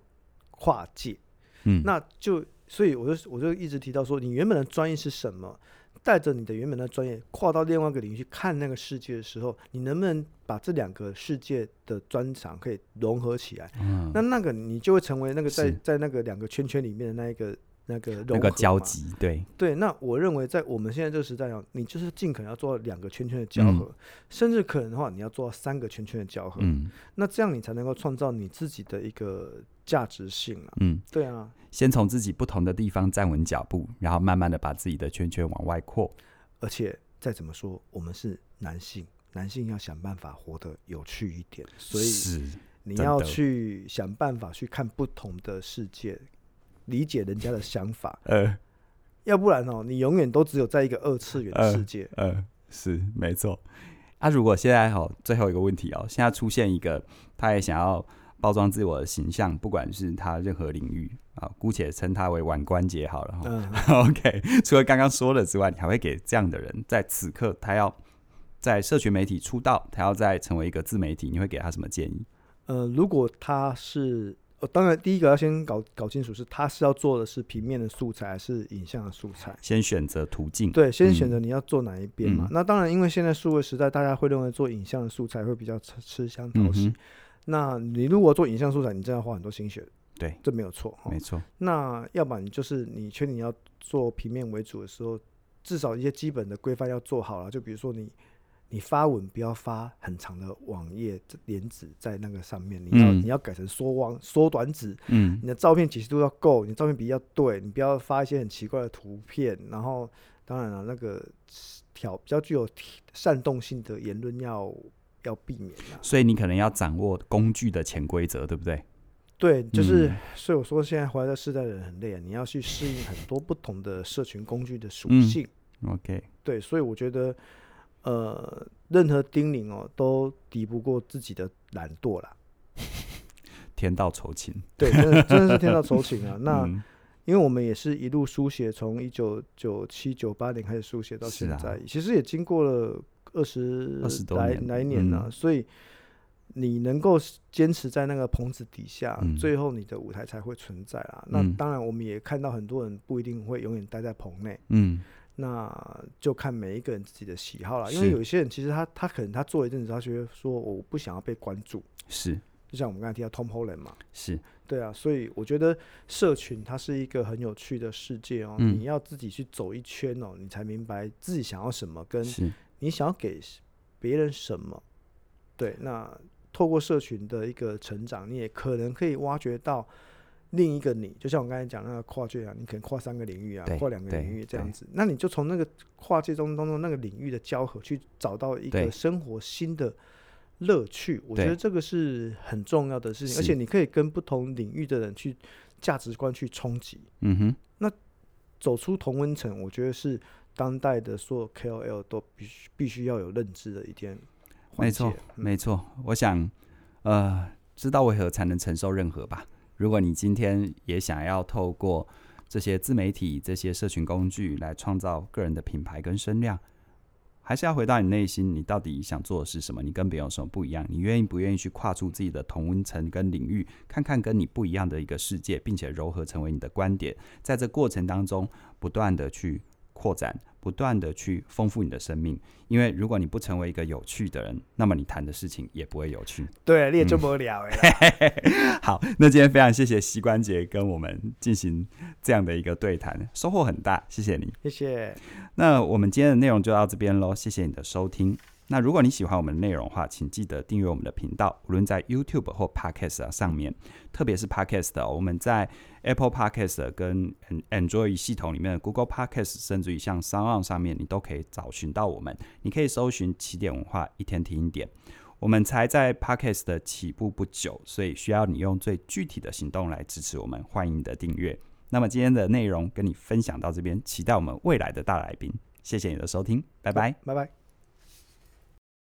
跨界，嗯，那就所以我就我就一直提到说，你原本的专业是什么，带着你的原本的专业跨到另外一个领域去看那个世界的时候，你能不能把这两个世界的专长可以融合起来？嗯那那个你就会成为那个在是在那个两个圈圈里面的那一个。那个融那个合交嘛集，对，对，那我认为在我们现在这个时代啊，你就是尽可能要做到两个圈圈的交合，甚至可能的话，你要做到三个圈圈的交合。嗯那这样你才能够创造你自己的一个价值性啊。嗯，对啊，先从自己不同的地方站稳脚步，然后慢慢的把自己的圈圈往外扩。而且再怎么说，我们是男性，男性要想办法活得有趣一点，所以是，你真要的去想办法去看不同的世界，理解人家的想法，呃要不然哦，你永远都只有在一个二次元 [laughs] 的呃世界。呃，是没错。啊，如果现在好，最后一个问题哦，现在出现一个，他也想要包装自我的形象，不管是他任何领域啊，姑且称他为腕关节好了哈。嗯， [laughs] OK，除了刚刚说的之外，你还会给这样的人，在此刻他要在社群媒体出道，他要再成为一个自媒体，你会给他什么建议？呃，如果他是，呃，当然第一个要先搞搞清楚是他是要做的是平面的素材还是影像的素材。先选择途径，对，先嗯选择你要做哪一边嘛。嗯那当然，因为现在数位时代，大家会认为做影像的素材会比较吃吃香嗯讨喜。哼那你如果做影像素材，你真的要花很多心血，对，这没有错哦哈没。错，那要不然就是你确定你要做平面为主的时候，至少一些基本的规范要做好了。就比如说你你发文不要发很长的网页连指在那个上面，你要、嗯你要改成缩网缩短指，嗯你的照片解析度要够，你的照片比要对，你不要发一些很奇怪的图片。然后当然了，那个挑比较具有煽动性的言论要要避免啦。所以你可能要掌握工具的潜规则，对不对？对，就是、嗯所以我说现在活在这世代的人很累啊，你要去适应很多不同的社群工具的属嗯性。 OK，对，所以我觉得，呃，任何叮咛哦，都敌不过自己的懒惰啦。天道酬勤。对，真的真的是天道酬勤啊。那、嗯因为我们也是一路书写，从一九九七九八年开始书写到是现啊在，其实也经过了二十20多来年来年了、嗯所以你能够坚持在那个棚子底下，嗯最后你的舞台才会存在啦。嗯那当然，我们也看到很多人不一定会永远待在棚内，嗯那就看每一个人自己的喜好啦。因为是有一些人其实他他可能他做一阵子，他觉得说我不想要被关注，是就像我们刚才提到 Tom Holland 嘛，是，对啊，所以我觉得社群它是一个很有趣的世界哦，嗯你要自己去走一圈哦，你才明白自己想要什么，跟是你想要给别人什么。对，那透过社群的一个成长，你也可能可以挖掘到另一个你。就像我刚才讲那个跨界啊，你可能跨三个领域啊对，跨两个对领域这样对子，那你就从那个跨界中当中那个领域的交合，去找到一对个生活新的乐趣。我觉对得这个是很重要的事情，而是且你可以跟不同领域的人去价值观去冲击，嗯哼，走出同温层。我觉得是当代的所有 KOL 都必须必须要有认知的一点环没节。错嗯没错。我想，呃，知道为何才能承受任何吧。如果你今天也想要透过这些自媒体、这些社群工具来创造个人的品牌跟声量，还是要回到你内心，你到底想做的是什么？你跟别人有什么不一样？你愿意不愿意去跨出自己的同温层跟领域，看看跟你不一样的一个世界，并且柔合成为你的观点，在这过程当中不断的去扩展，不断的去丰富你的生命。因为如果你不成为一个有趣的人，那么你谈的事情也不会有趣。 [laughs] 对，你也这么聊哎。好，那今天非常谢谢膝关节跟我们进行这样的一个对谈，收获很大，谢谢你。谢谢，那我们今天的内容就到这边喽，谢谢你的收听。那如果你喜欢我们的内容的话，请记得订阅我们的频道，无论在 YouTube 或 Podcast 上面，特别是 Podcast，哦我们在 Apple Podcast 跟 An- Android 系统里面的 Google Podcast，甚至于像 s o n 上面，你都可以找寻到我们。你可以搜寻“起点文化”，一天听一点。我们才在 Podcast 的起步不久，所以需要你用最具体的行动来支持我们。欢迎你的订阅。那么今天的内容跟你分享到这边，期待我们未来的大来宾。谢谢你的收听，拜拜。拜拜。